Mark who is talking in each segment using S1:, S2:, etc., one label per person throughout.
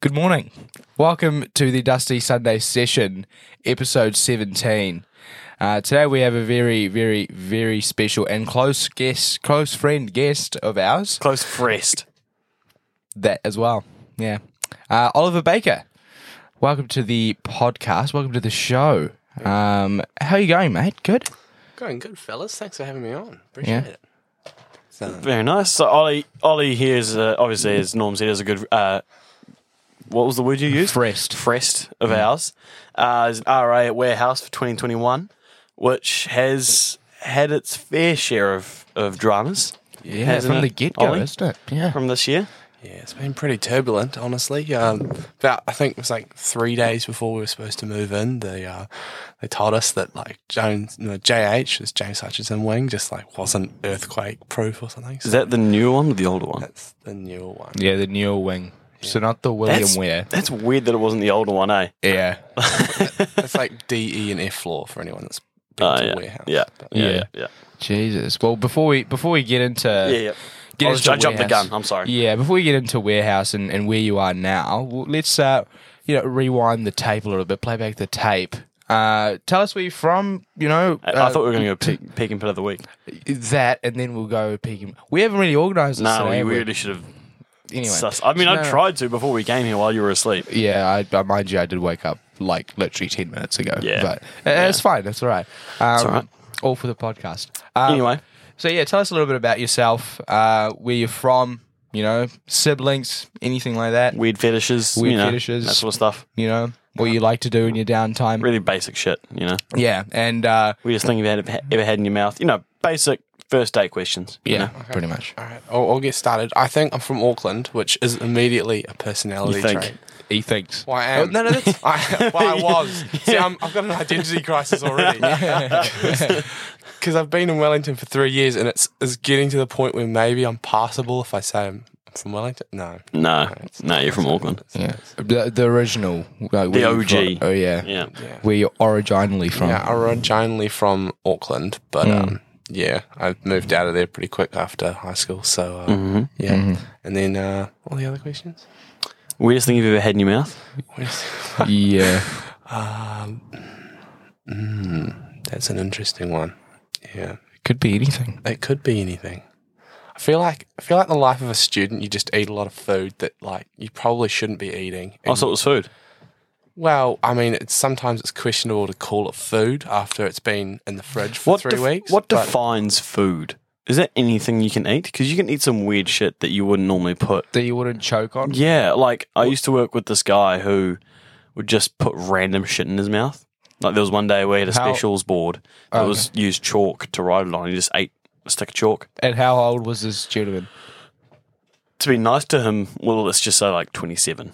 S1: Good morning. Welcome to the Dusty Sunday session, episode 17. Uh, today we have a very, very, very special and close guest, close friend guest of ours.
S2: Close friend.
S1: That as well. Yeah. Uh, Oliver Baker. Welcome to the podcast. Welcome to the show. Um, how are you going, mate? Good?
S3: Going good, fellas. Thanks for having me on. Appreciate
S1: Yeah.
S3: it.
S2: Very nice. So Ollie, Ollie here is uh, obviously, as Norm said, is a good. Uh, what was the word you used?
S1: Frest.
S2: Frest Mm. of ours. Uh, is an RA at Warehouse for 2021, which has had its fair share of of dramas.
S1: Yeah,
S2: Hasn't
S1: from
S2: it,
S1: the get go,
S2: Ollie?
S1: isn't it? Yeah.
S2: from this year.
S3: Yeah, it's been pretty turbulent, honestly. Um, about I think it was like three days before we were supposed to move in. They uh, they told us that like Jones, you know, JH, this James Hutchinson wing, just like wasn't earthquake proof or something. So
S2: Is that the new one or the older one?
S3: that's the newer one.
S1: Yeah, the newer wing. So not the William
S2: That's,
S1: Ware.
S2: that's weird that it wasn't the older one, eh?
S1: Yeah.
S3: That's like D, E, and F floor for anyone that's been
S2: Uh,
S3: to
S2: yeah,
S3: a warehouse.
S2: yeah,
S3: But-
S2: yeah,
S1: Yeah.
S2: yeah, yeah.
S1: Jesus. Well, before we before we get into
S2: yeah, yeah.
S1: Get
S2: I, was-
S1: into
S2: I jumped the
S1: warehouse.
S2: gun. I'm sorry.
S1: Yeah, before we get into warehouse and, and where you are now, well, let's uh, you know rewind the tape a little bit, play back the tape. Uh, tell us where you're from, you know,
S2: I,
S1: uh,
S2: I thought we were going to go peek, peek and pit of the week.
S1: that, and then we'll go peeking. We haven't really organised this.
S2: No,
S1: today,
S2: we
S1: have we?
S2: really should have.
S1: Anyway,
S2: sus- I mean,
S1: No,
S2: I
S1: no.
S2: tried to before we came here while you were asleep.
S1: Yeah, I, I mind you, I did wake up like literally ten minutes ago.
S2: Yeah.
S1: but uh, it's fine. That's all right. Um,
S2: all right.
S1: All for the podcast. Um,
S2: Anyway,
S1: So yeah, tell us a little bit about yourself, uh, where you're from, you know, siblings, anything like that.
S2: weird fetishes,
S1: Weird
S2: you know,
S1: fetishes.
S2: that sort of stuff.
S1: You know, what you like to do in your downtime.
S2: Really basic shit, you know.
S1: Yeah, and uh,
S2: We just think about it ever had in your mouth, you know, basic first date questions. you
S1: yeah,
S2: know.
S1: pretty much.
S3: All right, I'll, I'll get started. I think I'm from Auckland, which is immediately a personality
S2: You think.
S3: trait.
S1: He thinks.
S3: Well, I am.
S1: Oh, no, no, that's-
S3: I, well, I was. See, I'm, I've got an identity crisis already. Because I've been in Wellington for three years, and it's it's getting to the point where maybe I'm passable if I say I'm from Wellington. No,
S2: No, no, you're from Auckland.
S1: Yeah, the, the original, like,
S2: The
S1: where you're
S2: OG.
S1: from- oh yeah.
S2: Yeah.
S1: where you're originally from.
S3: yeah, I'm originally from Auckland, but um, yeah, I moved out of there pretty quick after high school. So uh, yeah, and then uh, all the other questions.
S2: Weirdest thing you've ever had in your mouth?
S3: Where's-
S1: Yeah.
S3: Um, mm, That's an interesting one. Yeah.
S1: could be anything.
S3: It could be anything. I feel like I feel like the life of a student, you just eat a lot of food that like you probably shouldn't be eating.
S2: I
S3: And-
S2: thought it was food.
S3: well, I mean, it's, sometimes it's questionable to call it food after it's been in the fridge for
S2: What
S3: three
S2: def-
S3: weeks.
S2: What
S3: but
S2: defines food? Is that anything you can eat? Because you can eat some weird shit that you wouldn't normally put.
S1: That you wouldn't choke on.
S2: Yeah, like I used to work with this guy who would just put random shit in his mouth. Like there was one day we had a
S1: How- Oh,
S2: specials board that was used chalk to write it on. He just ate a stick of chalk.
S1: And how old was this gentleman?
S2: To be nice to him, well, let's just say like twenty-seven.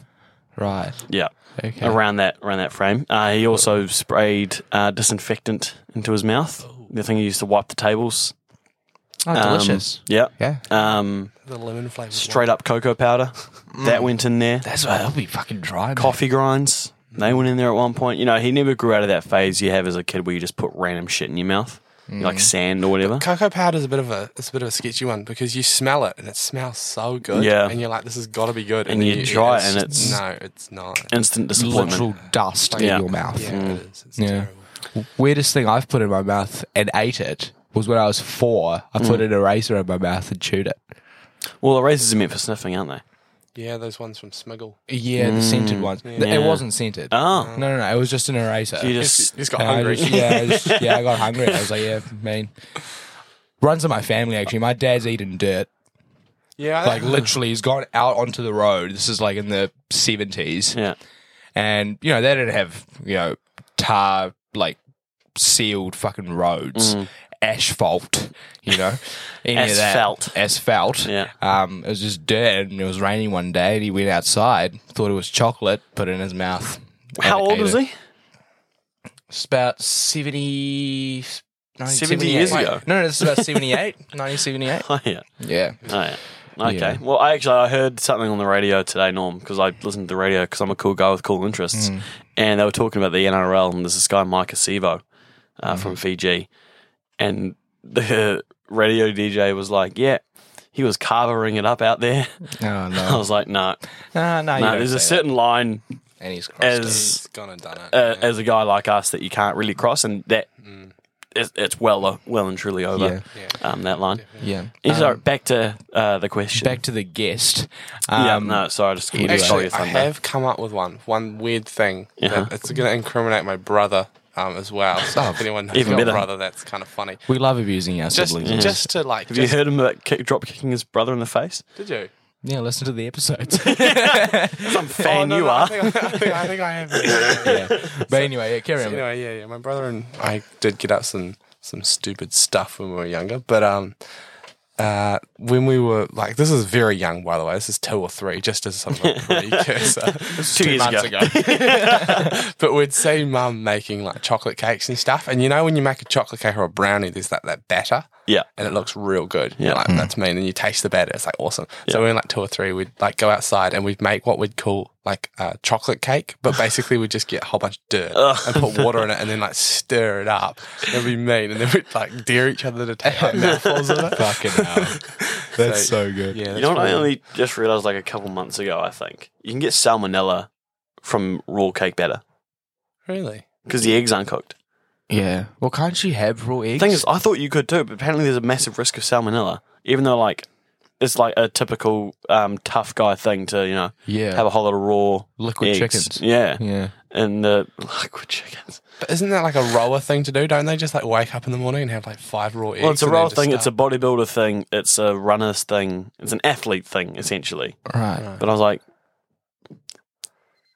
S1: Right.
S2: Yeah,
S1: Okay.
S2: around that around that frame. Uh, he also sprayed uh, disinfectant into his mouth. The thing he used to wipe the tables.
S1: Oh,
S2: Um,
S1: delicious.
S2: Yeah.
S1: Yeah.
S2: Um,
S3: the lemon flavored
S2: straight up cocoa powder. That went in there.
S1: Mm. That's why that'll be fucking dry. man.
S2: coffee grinds. They went in there at one point. You know, he never grew out of that phase you have as a kid where you just put random shit in your mouth,
S3: Mm.
S2: like sand or whatever.
S3: Cocoa powder is a bit of a it's a bit of a sketchy one because you smell it and it smells so good.
S2: Yeah.
S3: and you're like, this has got to be good.
S2: And
S3: then
S2: you
S3: eat
S2: try
S3: it
S2: it and
S3: just-
S2: it's-
S3: no, it's not.
S2: Instant disappointment.
S1: Literal dust
S2: Yeah.
S1: in your mouth.
S3: Yeah,
S2: Mm.
S3: it is. It's
S1: Yeah.
S3: terrible.
S1: Weirdest thing I've put in my mouth and ate it was when I was four. I put an eraser in my mouth and chewed it.
S2: Well, erasers are meant for sniffing, aren't they?
S3: Yeah, those ones from Smiggle.
S1: Yeah, the scented ones. Th- It
S2: Mm. Yeah.
S1: wasn't scented.
S2: Oh.
S1: No, no, no. It was just an eraser.
S2: You just
S3: Uh, He's got
S1: And I
S3: hungry.
S1: just- yeah, I just- yeah, I got hungry. I was like, yeah, man. Runs in my family actually. My dad's eating dirt.
S3: yeah, I-
S1: Like literally, he's gone out onto the road. This is like in the seventies,
S2: yeah.
S1: and you know they didn't have you know tar like sealed fucking roads,
S2: Mm.
S1: asphalt, you know, any of
S2: Asphalt.
S1: that asphalt.
S2: Yeah.
S1: Um, it was just dirt, and it was raining one day, and he went outside, thought it was chocolate, put it in his mouth. and
S2: How old
S1: ate
S2: was
S1: it.
S2: he?
S1: It's about 70,
S2: 70 years
S1: 78.
S2: ago.
S1: No, no, it's about 78, 1978.
S2: Oh yeah.
S1: Yeah.
S2: Oh yeah. Okay.
S1: Yeah.
S2: Well, I actually I heard something on the radio today, Norm, because I listened to the radio because I'm a cool guy with cool interests,
S1: Mm.
S2: and they
S1: Mm-hmm.
S2: were talking about the NRL and there's this guy Mike Acevo uh, from Fiji, and the radio DJ was like, "Yeah, he was carvering it up out there."
S1: Oh,
S2: I
S1: no.
S2: was like, "No,
S1: no, no, you
S2: no,
S1: don't
S2: there's a
S1: say that.
S2: certain line
S1: And he's crossed it.
S2: as
S3: gone and done it.
S2: uh, as a guy like us that you can't really cross, and that
S1: Mm.
S2: it's, it's well uh, well and truly over
S3: Yeah.
S2: Um, that line."
S1: Yeah. Um,
S2: Is our- back to uh, the question.
S1: Back to the guest. Um,
S2: yeah, no, sorry, I just called you
S1: anyway.
S2: Actually,
S3: Actually, I have come up with one one weird thing.
S2: Yeah. Oh,
S3: That it's going to incriminate my brother um, as well. So if anyone knows
S2: Even
S3: my
S2: better.
S3: brother, that's kind of funny.
S1: We love abusing our
S3: Just,
S1: siblings.
S3: just to like,
S2: Have
S3: just,
S2: you heard him about kick, drop kicking his brother in the face?
S3: did you?
S1: yeah, listen to the episodes.
S2: Some fan
S3: Oh, no,
S2: you
S3: no, I
S2: are.
S3: think I, I think, I, think I have.
S1: yeah. But anyway, yeah, carry on.
S3: anyway, yeah, yeah. My brother and I did get up some some stupid stuff when we were younger, but um, uh, when we were like, this is very young, by the way. This is two or three, just as sort of a precursor.
S2: Two, years ago.
S3: but we'd see mum making like chocolate cakes and stuff, and you know when you make a chocolate cake or a brownie, there's like that batter.
S2: Yeah.
S3: and it looks real good.
S2: Yeah. Hmm.
S3: Yeah, like that's mean. And you taste the batter, it's like awesome. So when we were like two or three, we'd like go outside and we'd make what we'd call like a chocolate cake, but basically we'd just get a whole bunch of dirt and put water in it and then like stir it up. It'd be mean, and then we'd like dare each other to take like, mouthfuls of it.
S1: Fucking hell. That's so, good.
S3: Yeah,
S2: You know what I only just realised like a couple months ago, I think? You can get salmonella from raw cake batter
S3: really.
S2: because the egg's uncooked.
S1: Yeah. Well, can't you have raw
S2: The
S1: eggs?
S2: thing is, I thought you could too, but apparently there's a massive risk of salmonella, even though like it's like a typical um, tough guy thing to, you know,
S1: yeah.
S2: have a whole lot of raw
S1: liquid
S2: eggs.
S1: chickens.
S2: Yeah.
S3: Hmm.
S1: Yeah.
S2: And the liquid chickens.
S3: But isn't that like a roller thing to do? Don't they just like wake up in the morning and have like five raw eggs?
S2: Well, it's a
S3: and then
S2: role
S3: just
S2: thing. It's a
S3: start-
S2: bodybuilder thing. It's a runner's thing. It's an athlete thing, essentially.
S1: Right.
S2: But I was like,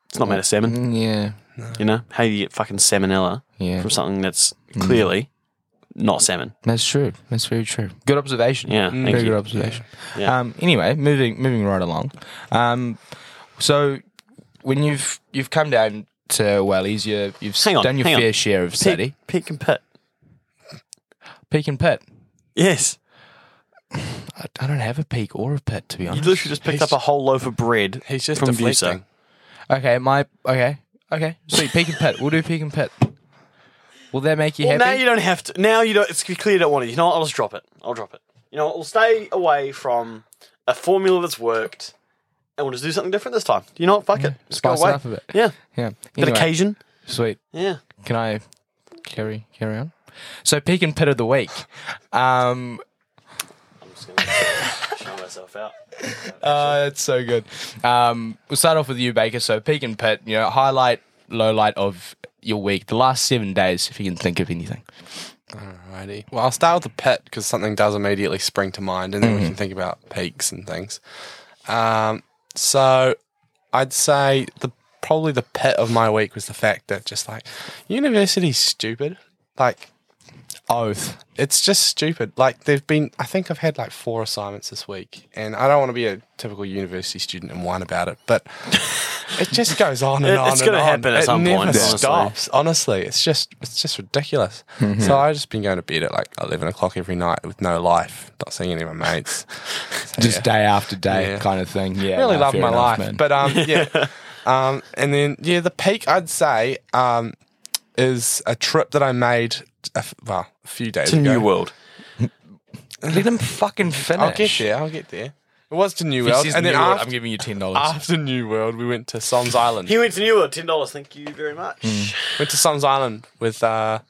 S2: it's not made of salmon.
S1: Mm, Yeah.
S2: You know how you get fucking salmonella
S1: Yeah. Mm.
S2: from something that's clearly not salmon.
S1: That's true. That's very true. Good observation. Mm,
S2: Yeah, thank
S1: very
S2: you.
S1: good observation.
S2: Yeah.
S1: Um, anyway, moving moving right along. Um, so when you've you've come down to Wellies, you you've
S2: Hang on,
S1: done your
S2: hang on.
S1: fair share of
S2: Peak,
S1: city,
S2: peak and pit.
S1: peak and pit.
S2: Yes,
S1: I, I don't have a peak or a pit to be
S2: you
S1: honest.
S2: literally just picked up a whole loaf of bread.
S3: He's just
S2: from Busa.
S3: deflecting.
S1: Okay, my okay, okay. Sweet peak and pit. We'll do peak and pit. Will that make you
S2: Well, now
S1: happy?
S2: you don't have to. Now you don't. It's clear you don't want it. You know what? I'll just drop it. I'll drop it. You know what? We'll stay away from a formula that's worked, and we'll just do something different this time. You know what? Fuck it. Just go
S1: Spice it
S2: away.
S1: up a bit.
S2: Yeah.
S1: yeah.
S2: Bit
S1: Anyway,
S2: occasion.
S1: sweet.
S2: Yeah.
S1: Can I carry carry on? So peak and pit of the week. Um,
S2: I'm just gonna show myself out.
S1: Uh, that's so good. Um, we'll start off with you, Baker. So peak and pit, you know, highlight, low light of your week, the last seven days, if you can think of anything.
S3: Alrighty. Well, I'll start with the pit because something does immediately spring to mind, and then we can think about peaks and things. Um, so I'd say the probably the pit of my week was the fact that just like university's stupid. Like
S1: Oath.
S3: it's just stupid. Like there've been, I think I've had like four assignments this week, and I don't want to be a typical university student and whine about it, but it just goes on and
S2: It-
S3: on.
S2: it's
S3: going to
S2: gonna happen at
S3: it
S2: some
S3: never
S2: point, honestly.
S3: Stops. Honestly, it's just it's just ridiculous.
S1: Mm-hmm.
S3: So I've just been going to bed at like eleven o'clock every night with no life, not seeing any of my mates. So,
S1: Just
S3: yeah.
S1: day after day
S3: Yeah.
S1: kind of thing. Yeah.
S3: really
S1: no,
S3: love my
S1: fair enough,
S3: life,
S1: man.
S3: but um, yeah. Um, and then yeah, the peak I'd say um, is a trip that I made. A f- well, a few days
S2: It's a
S3: ago.
S2: new world.
S1: let him fucking finish.
S3: I'll get there. I'll get there. It was to New
S1: If he
S3: World,
S1: says
S3: and then
S1: New World,
S3: after,
S1: I'm giving you ten dollars.
S3: after New World, we went to Soms Island.
S2: He went to New World. Ten dollars. Thank you very much.
S3: went to Soms Island with uh,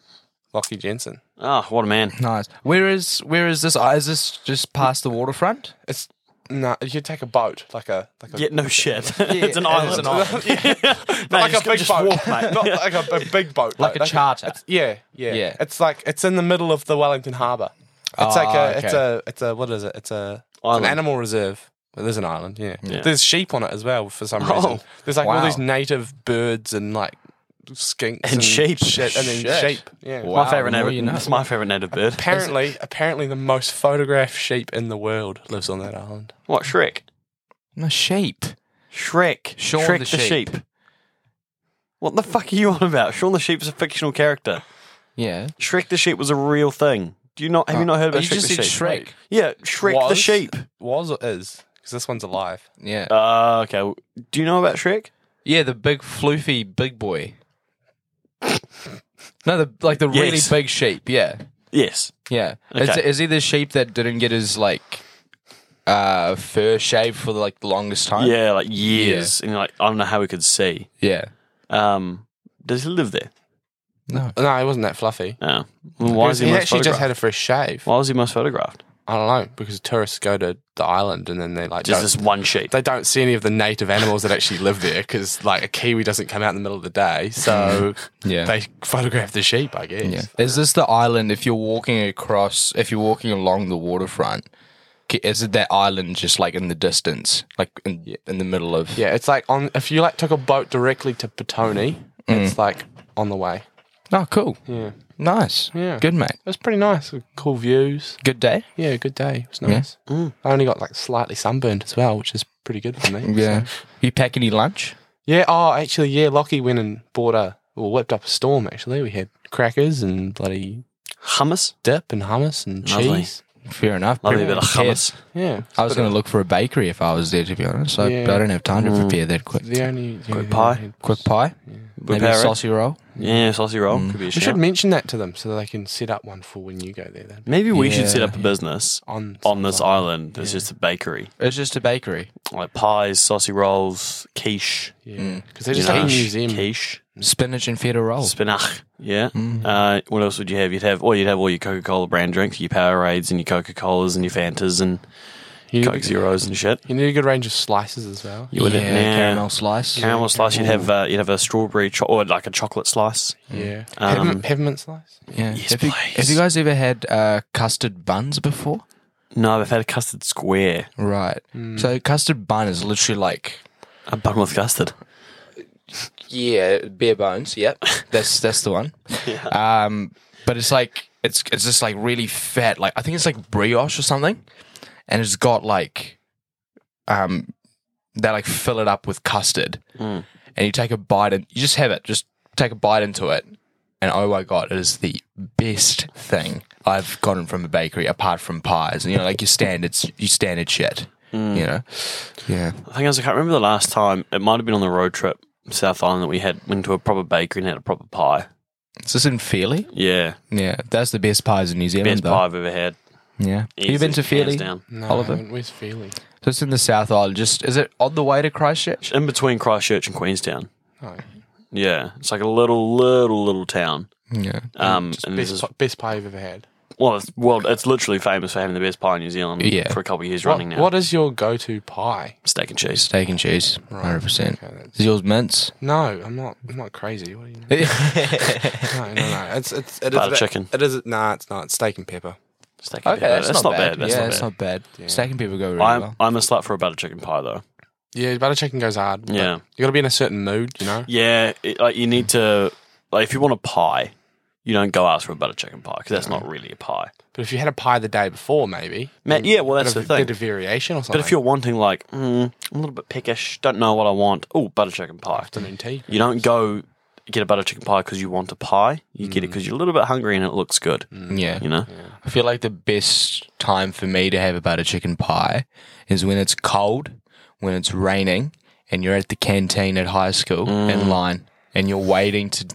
S3: Lockie Jensen.
S2: Oh, what a man!
S1: Nice. Where is where is this? uh, Is this just past the waterfront?
S3: It's no, you could take a boat, like a like a
S2: Yeah, no shit. it's
S1: it
S2: an island.
S1: is an island.
S2: No,
S3: like
S2: just-
S3: a big
S2: just
S3: boat,
S2: walk, mate.
S3: not like a, a big boat,
S1: Like a charter.
S3: it's- yeah, yeah,
S1: Yeah.
S3: It's like it's in the middle of the Wellington Harbour. It's like
S1: Ah,
S3: a, it's
S1: okay.
S3: a, it's a, what is it? It's a, it's
S2: Island.
S3: an animal reserve. Well, there's an island, yeah.
S2: Yeah.
S3: There's sheep on it as well for some
S2: Oh,
S3: reason. There's like all
S1: wow.
S3: these native birds and like skinks
S2: And sheep.
S3: shit, and then
S1: Shit.
S3: sheep. Yeah.
S1: Wow.
S2: My favorite
S1: the more
S2: native.
S1: you know.
S2: It's my favorite native bird.
S3: Apparently, apparently, the most photographed sheep in the world lives on that island.
S2: What Shrek?
S1: No sheep.
S2: Shrek.
S1: Shaun
S2: Shrek
S1: the
S2: the,
S1: Sheep.
S2: sheep. What the fuck are you on about? Shaun the Sheep is a fictional character.
S1: Yeah.
S2: Shrek the Sheep was a real thing. Do you not? Have you not heard about
S1: you
S2: Shrek
S1: just
S2: the
S1: said
S2: Sheep?
S1: Shrek.
S2: Yeah, Shrek the
S3: Was?
S2: Sheep.
S3: Was or is? Because this one's alive.
S1: Yeah.
S2: Uh, okay. well, Do you know about Shrek?
S1: Yeah, the big floofy big boy. no, the like the really
S2: Yes.
S1: big sheep. Yeah,
S2: Yes.
S1: Yeah, it's,
S2: Okay.
S1: is he the sheep that didn't get his like uh fur shaved for like the longest time?
S2: Yeah, like years. And you're like, I don't know how we could see.
S1: yeah.
S2: Um, does he live there?
S1: No,
S3: No, he wasn't that fluffy.
S2: No. Well, why is
S3: he
S2: he, most
S3: actually
S2: photographed?
S3: just had a fresh shave.
S2: why was he most photographed?
S3: I don't know because tourists go to the island and then they like
S2: Just
S3: don't,
S2: this one sheep.
S3: they don't see any of the native animals that actually live there because like a kiwi doesn't come out in the middle of the day, so
S1: yeah.
S3: they photograph the sheep, I guess.
S1: yeah. Is this the island? If you're walking across, if you're walking along the waterfront, c- is it that island just like in the distance, like in, in the middle of?
S3: Yeah, it's like on if you like took a boat directly to Petone, it's like on the way.
S1: Oh, cool.
S3: Yeah, it
S1: Nice.
S3: Yeah.
S1: Good mate.
S3: was pretty nice. Cool views.
S1: Good day.
S3: Yeah, good day. It was nice. Mm. I only got like slightly sunburned as well, which is pretty good for me.
S1: Yeah. You pack any lunch?
S3: Yeah. Oh, actually, yeah. Lockie went and bought a well, whipped up a storm. Actually, we had crackers and bloody
S2: Hummus?
S3: dip and hummus and
S2: Lovely.
S3: cheese.
S1: Fair enough.
S2: Lovely bit
S1: Prepare-
S2: of hummus.
S3: Yeah,
S1: I was going to look for a bakery if I was there, to be honest. I,
S3: Yeah.
S1: I don't have time to
S2: Mm.
S1: prepare that quick.
S3: the only yeah,
S2: pie.
S3: we had-
S1: Quick pie, maybe a
S2: Prepare it.
S1: saucy roll.
S2: Yeah, sausage roll. Could be a
S3: Mm. We
S2: shout.
S3: should mention that to them so they can set up one for when you go there. Then
S2: Maybe we
S1: Yeah,
S2: should set up a business
S3: on
S2: on this island that's just a bakery.
S1: It's just a bakery.
S2: Like pies, sausage rolls, quiche.
S3: yeah, because they
S2: you
S3: just
S2: know,
S3: have a museum. Oh.
S2: Quiche.
S1: Spinach and feta roll.
S2: Spinach. Yeah.
S3: Mm.
S2: Uh, what else would you have? You'd have, or you'd have all your Coca Cola brand drinks, your Powerades and your Coca Colas and your Fantas and
S3: You,
S2: Coke Zeros and shit.
S3: you need a good range of slices as well.
S2: You would
S1: yeah,
S2: have yeah.
S1: caramel slice.
S2: Caramel slice. You'd have uh, you'd have a strawberry cho- or like a chocolate slice.
S3: Yeah,
S2: Um,
S3: peppermint, peppermint slice.
S1: Yeah.
S2: Yes,
S1: have, you,
S2: please.
S1: have you guys ever had uh, custard buns before?
S2: No, I've had a custard square.
S1: Right. So custard bun is literally like
S2: A bun with custard.
S1: yeah, bare bones. Yep, that's that's the one. Um, but it's like it's it's just like really fat. Like I think it's like brioche or something, and it's got like um, they like fill it up with custard, and you take a bite and you just have it. Just take a bite into it, and oh my god, it is the best thing I've gotten from a bakery apart from pies. And you know, like your standards, your standard shit. You know, yeah.
S2: I think I was. I can't remember the last time. It might have been on the road trip South Island that we had went to a proper bakery and had a proper pie.
S1: Is this in Feely?
S2: Yeah,
S1: Yeah, that's the best pies in New Zealand.
S2: best
S1: though.
S2: pie I've ever had.
S1: Yeah.
S2: Easy,
S1: You've been to
S2: hands
S1: Feely?
S2: down.
S3: No,
S1: Oliver?
S3: I haven't. where's Feely?
S1: So it's in the South Island. Just is it on the way to Christchurch?
S2: In between Christchurch and Queenstown.
S3: No,
S2: Yeah, it's like a little, little, little town.
S1: Yeah.
S2: Um,
S3: just
S2: and this
S3: best,
S2: is
S3: pi- best pie you've ever had.
S2: well, it's, well, it's literally famous for having the best pie in New Zealand
S1: Yeah.
S2: for a couple of years
S3: What,
S2: running now.
S3: what is your go-to pie?
S2: steak and cheese?
S1: Steak and cheese. Hundred percent.
S3: Okay, that's-
S1: Is yours mince?
S3: No, I'm not. I'm not crazy. What do you?
S1: okay,
S3: No, no, no. It's it's it is
S2: Butter
S3: a bit-
S2: chicken.
S3: It is nah. It's not. It's steak and pepper.
S2: Steak and pepper. That's
S1: yeah,
S2: not
S1: it's
S2: bad.
S1: not bad. Steak and pepper go really
S2: I'm
S1: well.
S2: I'm a slut for a butter chicken pie though.
S3: Yeah, butter chicken goes hard. but
S2: Yeah.
S3: you got to be in a certain mood. You know.
S2: Yeah, it, like you need to like if you want a pie, you don't go ask for a butter chicken pie because that's not really a pie.
S1: Mm.
S3: But if you had a pie the day before, maybe.
S2: Ma- yeah, well, that's
S3: bit of,
S2: the thing.
S3: Bit of variation or something.
S2: But if you're wanting like mm, I'm a little bit peckish, don't know what I want. Oh, butter chicken pie.
S3: afternoon tea.
S2: You don't go get a butter chicken pie because you want a pie. You get it because you're a little bit hungry and it looks good.
S1: Mm. yeah.
S2: You know.
S1: I feel like the best time for me to have a butter chicken pie is when it's cold, when it's raining, and you're at the canteen at high school in line, and you're waiting to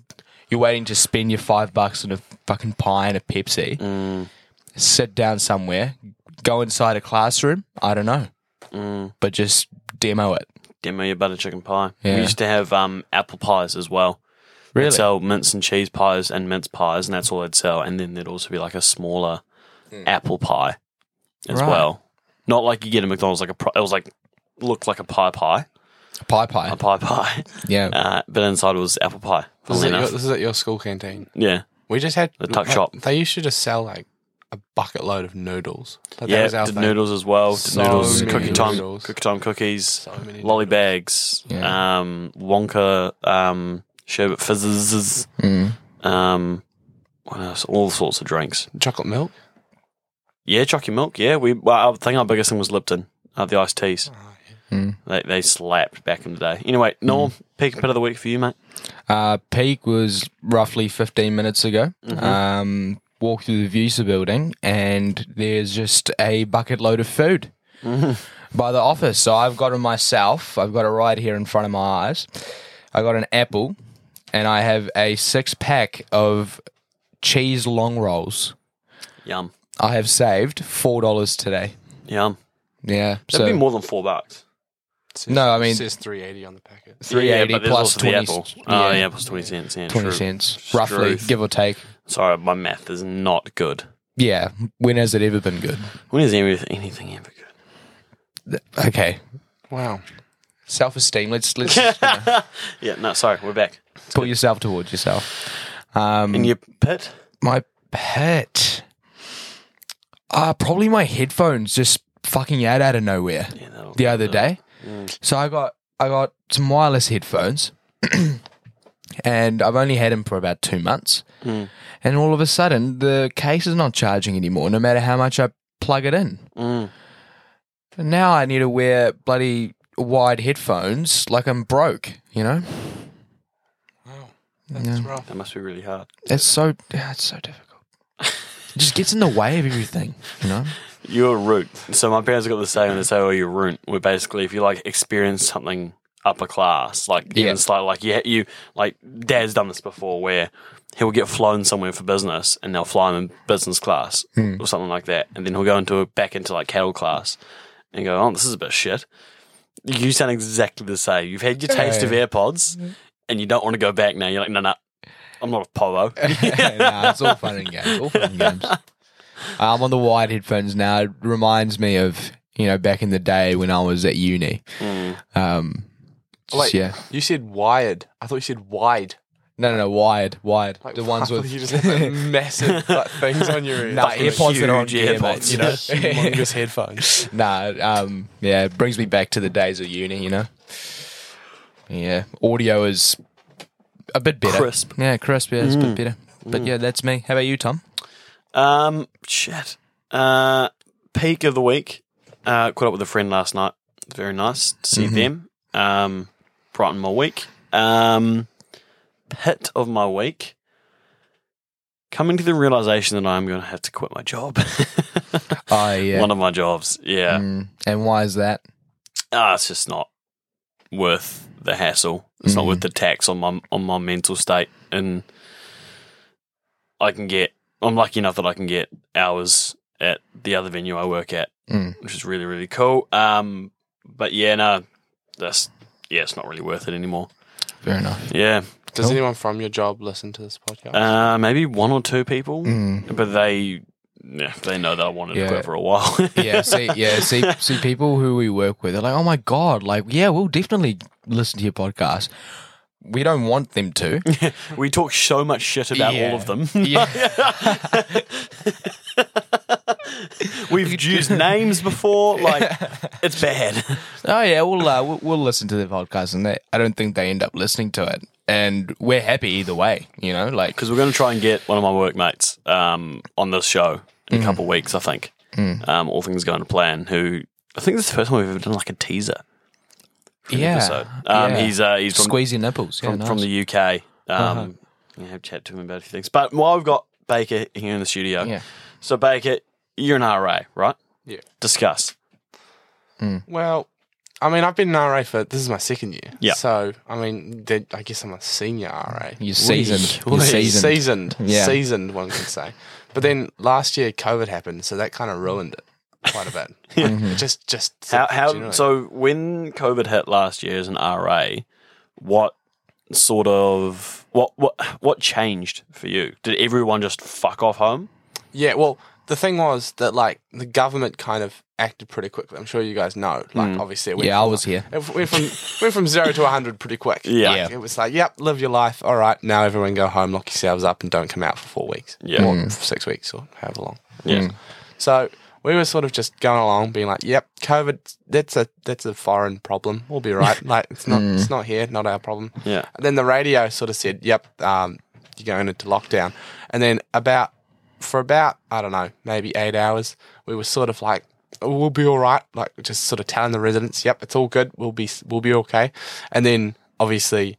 S1: you're waiting to spend your five bucks on a fucking pie and a Pepsi. Sit down somewhere, go inside a classroom. I don't know, but just demo it.
S2: Demo your butter chicken pie.
S1: Yeah.
S2: We used to have um, apple pies as well.
S1: Really?
S2: They'd sell mince and cheese pies and mince pies, and that's all they'd sell. And then there'd also be like a smaller apple pie as
S1: Right.
S2: well. Not like you get at McDonald's, like a pro- it was like looked like a pie pie,
S1: Pie pie.
S2: a pie pie,
S1: yeah.
S2: uh, but inside it was apple pie.
S3: This is,
S2: funnily
S3: at your,
S2: enough.
S3: this is at your school canteen.
S2: yeah,
S3: We just had
S2: The tuck
S3: like,
S2: shop.
S3: They used to just sell like a bucket load of noodles. Like,
S2: yeah.
S3: that was our
S2: Did
S3: thing.
S2: noodles as well. Did
S1: So
S2: noodles,
S1: many
S2: cookie time,
S3: noodles.
S2: cookie time cookies,
S3: many
S2: lolly bags,
S1: Yeah.
S2: um, Wonka, um, sherbet fizzes,
S1: Mm.
S2: um, what else? All sorts of drinks.
S3: Chocolate milk.
S2: Yeah, chocolate milk. Yeah, we. Well, I think our biggest thing was Lipton, uh, the iced teas.
S1: Hmm.
S2: They they slapped back in the day. Anyway, Norm, peak bit of the week for you, mate.
S1: Uh, peak was roughly 15 minutes ago.
S2: Mm-hmm.
S1: Um, walked through the Vusa building, and there's just a bucket load of food
S2: Mm-hmm.
S1: by the office. So I've got it myself. I've got it right here in front of my eyes. I got an apple, and I have a six pack of cheese long rolls.
S2: Yum.
S1: I have saved four dollars today.
S2: Yum.
S1: Yeah,
S2: That'd
S1: so
S2: be more than four bucks.
S1: No, I mean-
S3: it says 380 on the packet.
S1: three eighty
S2: but there's
S1: plus
S2: also the
S1: twenty.
S2: apple. Oh, yeah, plus 20 cents. Yeah,
S1: 20
S2: true.
S1: cents,
S2: True.
S1: roughly, give or take.
S2: Sorry, my math is not good.
S1: Yeah. When has it ever been good?
S2: When is anyth- anything ever good?
S1: Okay.
S3: Wow.
S1: Self esteem. Let's let's you know,
S2: Yeah, no, sorry, we're back.
S1: put yourself towards yourself. Um,
S2: In your pit?
S1: my pet. Uh, probably my headphones just fucking out out of nowhere
S2: Yeah, that'll
S1: the other day. So I got I got some wireless headphones, and I've only had them for about two months. And all of a sudden, the case is not charging anymore, no matter how much I plug it in.
S2: Mm.
S1: And now I need to wear bloody wide headphones like I'm broke, you know?
S3: Wow. That's rough.
S2: That must be really hard.
S1: It's so yeah, it's so difficult. It just gets in the way of everything, you know?
S2: You're a root. So my parents got the saying when they say, "Oh, you're a root," where basically if you like experience something upper class, like
S1: Yeah.
S2: even slightly like yeah, you like Dad's done this before, where he'll get flown somewhere for business, and they'll fly him in business class
S1: Hmm.
S2: or something like that, and then he'll go into back into like cattle class and go, "Oh, this is a bit shit." You sound exactly the same. You've had your taste of AirPods, and you don't want to go back now. You're like, "No, no, I'm not a povo."
S1: nah, it's all fun and games. All fun and games. I'm on the wide headphones now. It reminds me of, you know, back in the day when I was at uni. Um just,
S3: Hmm. Like-
S1: yeah.
S3: You said wired. I thought you said wide.
S1: No no no, wired, wired.
S3: Like,
S1: the ones
S3: I
S1: with
S3: thought you just had like, massive like, things on your ears.
S1: Nah,
S3: Like,
S1: AirPods that are on
S2: huge
S1: gear, mate,
S2: AirPods.
S1: you know.
S3: humongous headphones.
S1: Nah, um, yeah, it brings me back to the days of uni, you know? Yeah, audio is a bit better.
S2: Crisp.
S1: Yeah, crisp, yeah, it's a bit better. But yeah, that's me. How about you, Tom?
S2: Um, shit. Uh, peak of the week. Uh, caught up with a friend last night. Very nice to see them. Um, brightened my week. Um, pit of my week. Coming to the realization that I'm going to have to quit my job.
S1: I, yeah.
S2: One of my jobs. Yeah.
S1: Mm, and why is that?
S2: Ah, it's just not worth the hassle. It's not
S1: Mm.
S2: worth the tax on my on my mental state, and I can get. I'm lucky enough that I can get hours at the other venue I work at,
S1: Mm.
S2: which is really really cool. Um, but yeah, no, that's yeah, it's not really worth it anymore.
S1: Fair enough.
S2: Yeah,
S3: Does
S1: Cool.
S3: anyone from your job listen to this podcast?
S2: uh, maybe one or two people,
S1: Mm.
S2: but they yeah, they know that I wanted
S1: Yeah.
S2: to quit for a while.
S1: Yeah, see, yeah, see, see, people who we work with are like, oh my god, like, yeah, we'll definitely listen to your podcast. We don't want them to.
S2: we talk so much shit about
S1: Yeah.
S2: all of them.
S1: Yeah,
S2: We've used names before. Like, it's bad.
S1: oh yeah, we'll uh, we'll- we'll listen to the podcast, and they, I don't think they end up listening to it, and we're happy either way. You know, like
S2: Because we're going to try and get one of my workmates um, on this show in a
S1: Mm.
S2: couple of weeks, I think. Um, all things going to plan. Who I think this is the first time we've ever done like a teaser for an
S1: yeah,
S2: episode. Um,
S1: yeah.
S2: He's uh, he's from
S1: squeeze your nipples yeah,
S2: from,
S1: nice. Uh-huh.
S2: from the UK. Um, yeah, have a chat to him about a few things. But while we've got Baker here in the studio,
S1: Yeah.
S2: so Baker, you're an RA, right?
S3: Yeah.
S2: Discuss.
S3: Well, I mean, I've been an RA for this is my second year.
S2: Yeah.
S3: So I mean, they- I guess I'm a senior RA.
S1: You're seasoned.
S2: Wee.
S1: You're
S2: Wee.
S1: seasoned.
S3: Seasoned,
S1: Yeah.
S3: seasoned, one could say. But then last year COVID happened, so that kind of ruined it quite a bit. Like,
S1: Mm-hmm.
S3: it Just, just
S2: How, how
S3: generally.
S2: so when COVID hit last year as an RA, what sort of what what what changed for you? Did everyone just fuck off home?
S3: Yeah, well, the thing was that like the government kind of acted pretty quickly. I'm sure you guys know. Like, obviously, it
S1: Mm.
S3: went
S1: Yeah, I
S3: from,
S1: was here.
S3: It went from went from zero to hundred pretty quick.
S2: Yeah.
S3: Like, it was like, yep, live your life. All right, now everyone go home, lock yourselves up, and don't come out for four weeks,
S2: Yeah.
S3: or six weeks, or however long.
S2: Yeah.
S3: So we were sort of just going along, being like, "Yep, COVID. That's a that's a foreign problem. We'll be right. Like it's not it's not here, not our problem."
S2: Yeah.
S3: And then the radio sort of said, "Yep, um, you're going into lockdown." And then about for about I don't know, maybe eight hours, we were sort of like. "Oh, We'll be all right, like just sort of telling the residents, "Yep, it's all good. We'll be, we'll be okay." And then obviously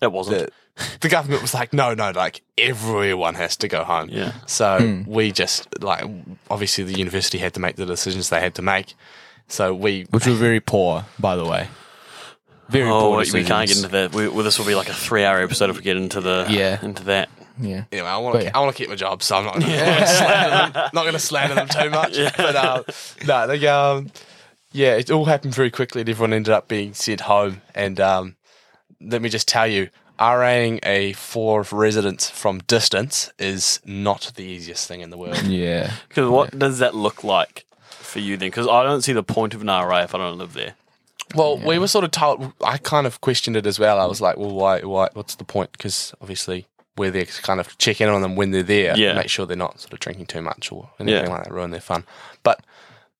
S2: It wasn't.
S3: the, the government was like, no, no, like everyone has to go home.
S2: Yeah.
S3: So we just like obviously the university had to make the decisions they had to make. So we
S1: which were very poor, by the way. Very
S2: oh,
S1: poor.
S2: we- we can't get
S1: decisions.
S2: into that. We, well, this will be like a three-hour episode if we get into the
S1: Yeah.
S2: into that.
S1: Yeah.
S3: Anyway, I
S1: But
S3: want
S1: yeah.
S3: to I want to keep my job, so I'm not gonna, slander them. Not going to slander them too much. But um, no, they um, yeah, it all happened very quickly, and everyone ended up being sent home. And um, let me just tell you, RAing a floor of residents from distance is not the easiest thing in the world.
S1: Yeah.
S2: Because what does that look like for you then? Because I don't see the point of an RA if I don't live there.
S3: Well, we were sort of told. I kind of questioned it as well. I was like, well, why? Why? What's the point? Because obviously we're there to kind of check in on them when they're there,
S2: Yeah.
S3: make sure they're not sort of drinking too much or anything
S2: Yeah.
S3: like that, ruin their fun. But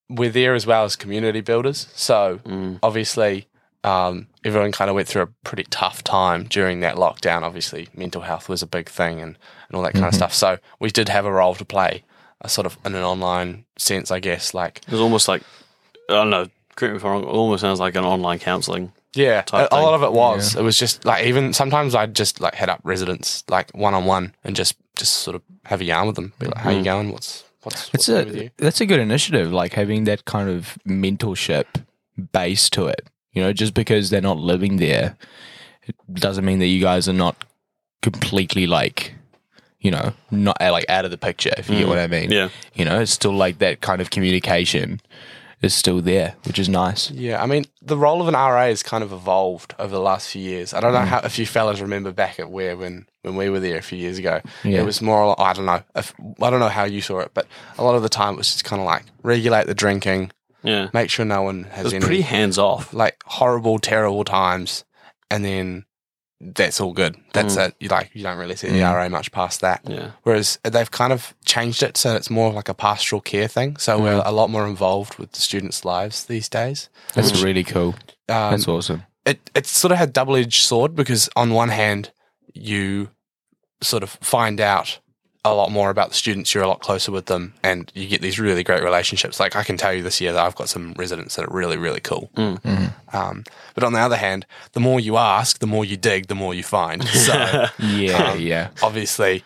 S3: we're there as well as community builders. So
S2: Mm.
S3: obviously, um, everyone kind of went through a pretty tough time during that lockdown. Obviously, mental health was a big thing and, and all that
S2: Mm-hmm.
S3: kind of stuff. So we did have a role to play, a sort of in an online sense, I guess. Like
S2: It's almost like I don't know. Correct me if I'm wrong. It almost sounds like an online counselling.
S3: Yeah, a,
S2: type
S3: a lot
S2: thing.
S3: of it was. It was just like even sometimes I'd just like head up residents like one on one and just just sort of have a yarn with them. Be like, how you going? What's what's,
S1: It's
S3: what's good with
S1: a
S3: you?
S1: that's a good initiative, like having that kind of mentorship base to it. You know, just because they're not living there it doesn't mean that you guys are not completely like you know, not uh, like out of the picture, if you
S3: Mm.
S1: get what I mean.
S2: Yeah.
S1: You know, it's still like that kind of communication is still there, which is nice.
S3: Yeah, I mean the role of an RA has kind of evolved over the last few years. I don't know how if you fellas remember back at where when when we were there a few years ago.
S1: Yeah.
S3: It was more. like- I don't know. If, I don't know how you saw it, but a lot of the time it was just kind of like regulate the drinking,
S2: Yeah,
S3: make sure no one has
S2: it's
S3: any
S2: pretty hands off.
S3: like horrible, terrible times, and then that's all good. That's it. You like you don't really see the RA much past that.
S2: Yeah,
S3: Whereas they've kind of changed it so it's more like a pastoral care thing. So we're a lot more involved with the students' lives these days.
S1: That's
S3: Mm.
S1: really cool.
S3: Um,
S1: That's awesome.
S3: it it's sort of had double edged sword because on one hand you sort of find out a lot more about the students you're a lot closer with them and you get these really great relationships like i can tell you this year that i've got some residents that are really really cool um, but on the other hand the more you ask the more you dig the more you find so
S1: Yeah, yeah.
S3: obviously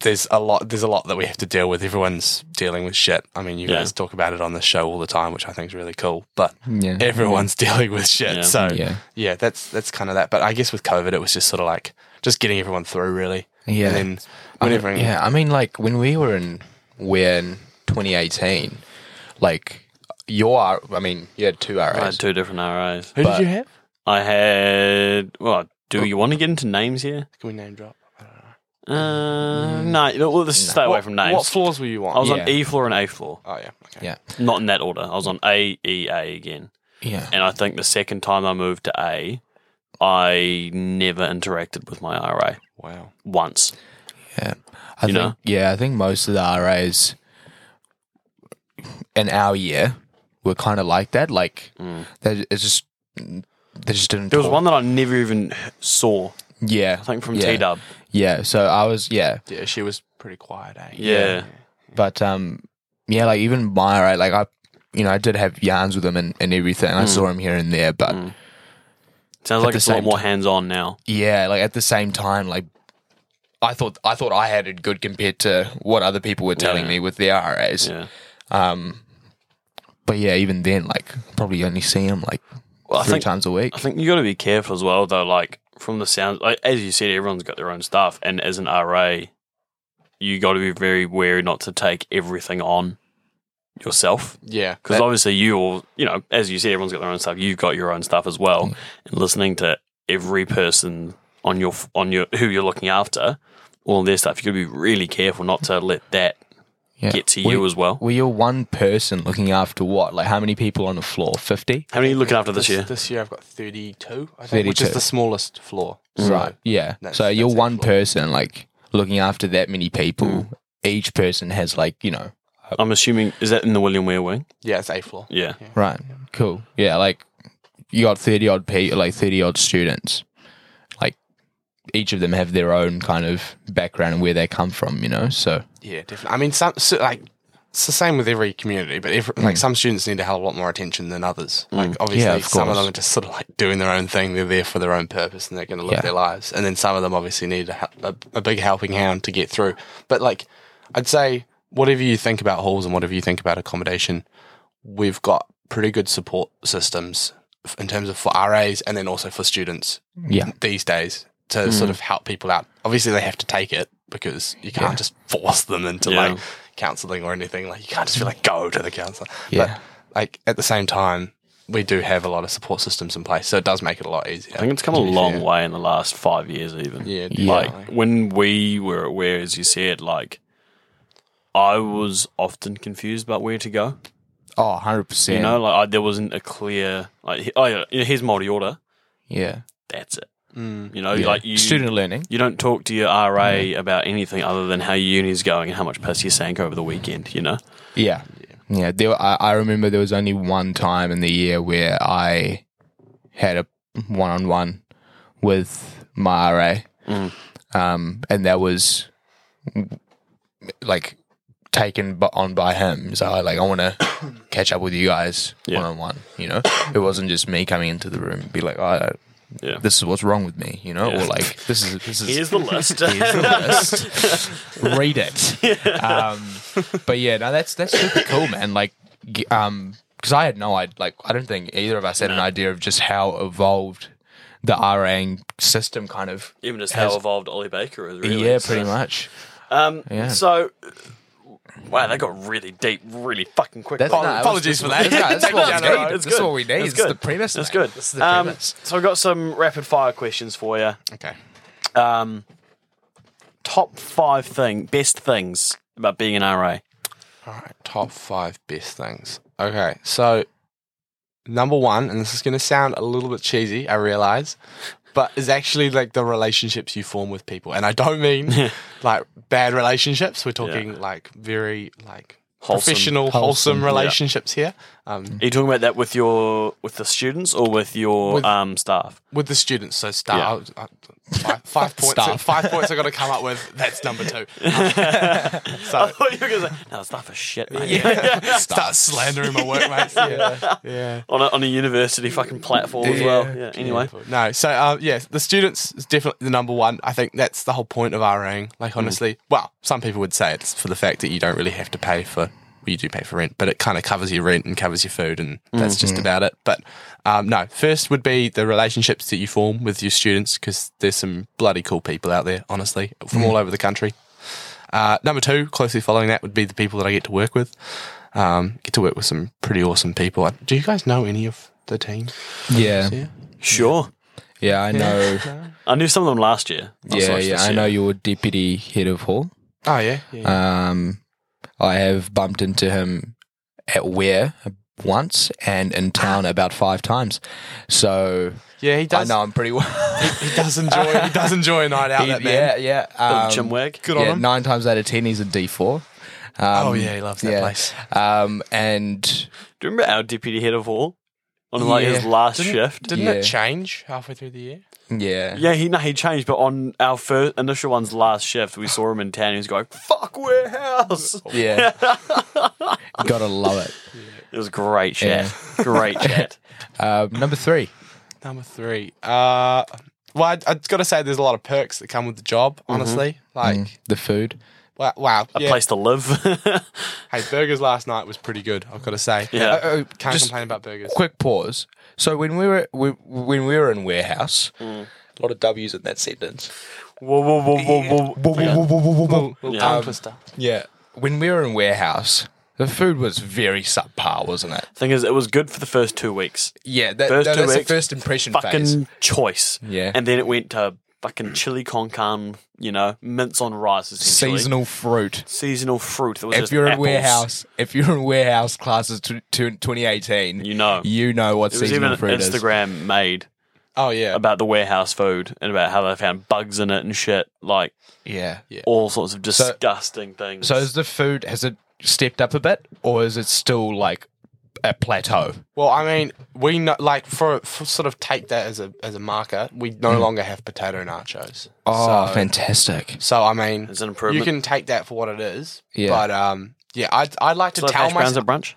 S3: there's a lot there's a lot that we have to deal with everyone's dealing with shit i mean you
S2: Yeah.
S3: guys talk about it on the show all the time which i think is really cool but
S1: Yeah.
S3: everyone's dealing with shit
S2: Yeah.
S3: so
S1: Yeah.
S3: yeah, that's that's kind of that. But I guess with COVID, it was just sort of like just getting everyone through, really.
S1: Yeah.
S3: And then whenever,
S1: I, yeah, I mean, like when we were in, we're in 2018, like your, I mean, you had two RAs.
S2: I had two different RAs.
S3: who
S1: but-
S3: did you have?
S2: I had. Well, do you want to get into names here?
S3: Can we name drop?
S2: Uh, No, you know, well, let's stay away from names.
S3: What floors were you
S2: I
S3: on?
S2: was on
S1: Yeah.
S2: E floor and A floor,
S3: Oh yeah, okay.
S1: Yeah.
S2: not in that order. I was on A E A again,
S1: Yeah.
S2: and I think the second time I moved to A, I never interacted with my RA
S3: Wow.
S2: once.
S1: Yeah. I think,
S2: You know?
S1: yeah, I think most of the RAs in our year were kind of like that. Like, they it's just, they just didn't.
S2: Mm. There was
S1: talk.
S2: one that I never even saw.
S1: Yeah.
S2: I think from
S1: yeah,
S2: T Dub.
S1: Yeah. So I was, yeah.
S3: Yeah, she was pretty quiet. Eh?
S2: Yeah.
S1: But um, yeah, like even my right, like I, you know, I did have yarns with him and, and everything.
S2: Hmm.
S1: I saw him here and there, but
S2: Sounds
S1: At
S2: like
S1: the
S2: it's a lot
S1: same
S2: more hands on now.
S1: yeah, like at the same time, like I thought, I thought I had it good compared to what other people were telling
S2: Yeah.
S1: me with their RAs.
S2: Yeah.
S1: Um, but yeah, even then, like probably only see him like
S2: Well, I
S1: three
S2: think-
S1: times a week.
S2: I think you got to be careful as well, though. Like from the sound, like, as you said, everyone's got their own stuff, and as an RA, you got to be very wary not to take everything on yourself.
S3: Yeah.
S2: Because
S3: That-
S2: obviously, you all, you know, as you said, everyone's got their own stuff. You've got your own stuff as well, and listening to every person on your on your who you're looking after, all their stuff. You got to be really careful not to let that
S1: Yeah.
S2: get to
S1: Were-
S2: you as well.
S1: Were you one person looking after what? Like how many people on the floor? Fifty.
S2: How many are you looking after this
S3: this
S2: year?
S3: this year I've got thirty-two. I think, which is
S1: 32.
S3: the smallest floor. So,
S1: Yeah.
S3: That's-
S1: so you're
S3: that's
S1: one
S3: excellent.
S1: person, like looking after that many people.
S2: Mm.
S1: Each person has like you know.
S2: I'm assuming is that in the William Ware wing?
S3: Yeah, it's a floor.
S2: Yeah.
S1: Right. Cool. Yeah. Like you got thirty odd people, like thirty odd students. Like each of them have their own kind of background and where they come from. You know. So
S3: Yeah, definitely. I mean, some so, like it's the same with every community, but every, like some students need a hell of a lot more attention than others. Like obviously,
S1: Mm. Yeah, of
S3: some of
S1: course.
S3: them are just sort of like doing their own thing. They're there for their own purpose, and they're going to live
S1: Yeah.
S3: their lives. And then some of them obviously need a, hel- a, a big helping hand to get through. But like, I'd say whatever you think about halls and whatever you think about accommodation, we've got pretty good support systems f- in terms of for RAs and then also for students
S1: yeah. Hmm.
S3: these days to sort of help people out. Obviously, they have to take it because you can't just force them into
S2: Yeah.
S3: like counseling or anything. Like you can't just be like go to the counselor.
S1: Yeah.
S3: But like at the same time, we do have a lot of support systems in place, so it does make it a lot easier.
S2: I think it's come a long way in the last five years, even.
S3: Yeah,
S2: Like
S3: definitely.
S2: when we were at where, as you said, like I was often confused about where to go.
S1: Oh, 100%.
S2: You know, like I, there wasn't a clear like. he- Oh yeah, here's multi order.
S1: yeah.
S2: That's it.
S3: Mm.
S2: You know,
S1: yeah.
S2: like you
S1: Student learning.
S2: You don't talk to your RA about anything other than how your uni's going and how much piss you sank over the weekend. You know.
S1: Yeah. Yeah. There, I, I remember there was only one time in the year where I had a one on one with my RA.
S2: Mm.
S1: Um, and that was like taken b- on by him. So I like, I want to catch up with you guys
S2: Yeah.
S1: one on one, you know? It wasn't just me coming into the room and be like, oh,
S2: Yeah.
S1: this is what's wrong with me, you know?
S2: Yeah.
S1: Or like, this is, this is,
S2: Here's the list.
S1: read it. Um, but yeah, no, that's that's super cool, man. Like, g- um, because I had no idea. Like, I don't think either of us had an idea of just how evolved the RAing system kind of.
S2: Even just
S1: Has-
S2: how evolved Ollie Baker is. Really,
S1: yeah,
S2: so-
S1: pretty much.
S2: Um,
S1: Yeah.
S2: So, wow, that got really deep, really fucking quick.
S1: That's,
S2: Oh,
S1: no, it was
S3: apologies
S1: just-
S3: for that.
S1: That's, no, that's
S3: Take
S1: what
S3: it
S1: we
S3: down the
S1: need.
S3: road.
S1: That's
S2: It's good.
S1: what we need.
S2: It's
S1: It's the
S2: good.
S1: premise.
S2: That's
S1: mate.
S2: good.
S1: This is the
S2: Um,
S1: premise.
S2: so I've got some rapid fire questions for you.
S3: Okay.
S2: Um, top five thing, best things about being an RA.
S3: All right, top five best things. Okay, so number one, and this is going to sound a little bit cheesy, I realize, but is actually like the relationships you form with people, and I don't mean like bad relationships. We're talking like very like
S2: Wholesome.
S3: professional,
S1: Wholesome,
S3: wholesome,
S1: yeah.
S3: relationships here um,
S2: Are you talking about that with your with the students or with your
S3: With-
S2: um, staff?
S3: with the students. So star uh, five, five points.
S1: Staff.
S3: Five points. I got to come up with. That's number two. Um,
S2: I
S3: so
S2: thought you were going to say, no, staff are shit, mate.
S3: start slandering my workmates. yeah. yeah.
S2: on, a, on a university fucking platform as well. Yeah, anyway.
S3: No, so uh, yes, the students is definitely the number one. I think that's the whole point of RAing. Like honestly, well, some people would say it's for the fact that you don't really have to pay for. Well, you do pay for rent, but it kind of covers your rent and covers your food, and that's just about it. But um, no, first would be the relationships that you form with your students because there's some bloody cool people out there, honestly, from all over the country. Uh, number two, closely following that, would be the people that I get to work with. Um, get to work with some pretty awesome people. Do you guys know any of the team?
S1: Yeah,
S2: Sure.
S1: yeah, I know.
S2: I knew some of them last year. Not so
S1: Yeah,
S2: much
S1: yeah,
S2: this
S1: I
S2: year.
S1: know your deputy head of hall.
S3: Oh yeah, yeah, yeah.
S1: Um, I have bumped into him at where once and in town
S2: Ah.
S1: about five times. So
S3: Yeah, he does.
S1: I know him pretty well.
S3: He does enjoy. he does enjoy a night out. that man.
S1: yeah, yeah. Um,
S2: Jim Wag.
S3: Good on
S1: yeah,
S3: him.
S1: nine times out of ten, he's a D four. Um,
S3: oh yeah, he loves that
S1: yeah.
S3: place.
S1: Um, and
S2: Do you remember our deputy head of all on like his
S1: Yeah.
S2: last
S3: Didn't-
S2: shift?
S3: Didn't
S1: Yeah.
S3: it change halfway through the year?
S1: yeah,
S2: yeah, he no, he changed, but on our first initial one's last shift, we saw him in town. He was going, "Fuck warehouse."
S1: yeah. gotta love it.
S2: It was great chat. Great chat.
S1: Um, number three,
S3: Number three. Uh, well, I, I've got to say, there's a lot of perks that come with the job.
S1: Mm-hmm.
S3: Honestly, like
S1: the food.
S3: wow, wow
S2: A
S3: yeah.
S2: place to live.
S3: Hey, burgers last night was pretty good. I've got to say.
S2: Yeah.
S3: Uh, uh, can't
S1: Just-
S3: complain about burgers.
S1: Quick pause. So when we were we, when we were in warehouse,
S2: Mm.
S1: a lot of W's in that sentence.
S2: whoa, whoa, whoa, whow, whoa.
S3: Little
S2: Yeah.
S3: tongue
S2: Um,
S3: twister.
S1: Yeah. When we were in warehouse, the food was very subpar, wasn't it?
S2: Thing is, it was good for the first two weeks.
S1: Yeah, that,
S2: First
S1: that-
S2: two
S1: that's the
S2: weeks,
S1: first impression
S2: Fucking
S1: phase.
S2: choice.
S1: Yeah.
S2: And then it went to fucking chili con carne. You know, mince on rice. Essentially.
S1: Seasonal fruit.
S2: seasonal fruit. That was
S1: If
S2: just
S1: you're in
S2: apples.
S1: warehouse, if you're in warehouse classes to, to 2018,
S2: You know.
S1: you know what
S2: There was even
S1: seasonal
S2: an
S1: fruit is.
S2: Instagram made
S3: Oh yeah.
S2: about the warehouse food and about how they found bugs in it and shit, like
S1: Yeah.
S2: all sorts of disgusting things.
S1: So is the food has it stepped up a bit, or is it still like a plateau?
S3: Well, I mean, we know, like for, for sort of take that as a as a marker. We no
S1: Mm.
S3: longer have potato nachos.
S1: Oh,
S3: so,
S1: fantastic!
S3: So I mean,
S2: It's an improvement.
S3: You can take that for what it is.
S1: Yeah.
S3: But um, yeah, I'd, I'd like to
S2: Still have
S3: tell
S2: hash browns
S3: myself
S2: at brunch.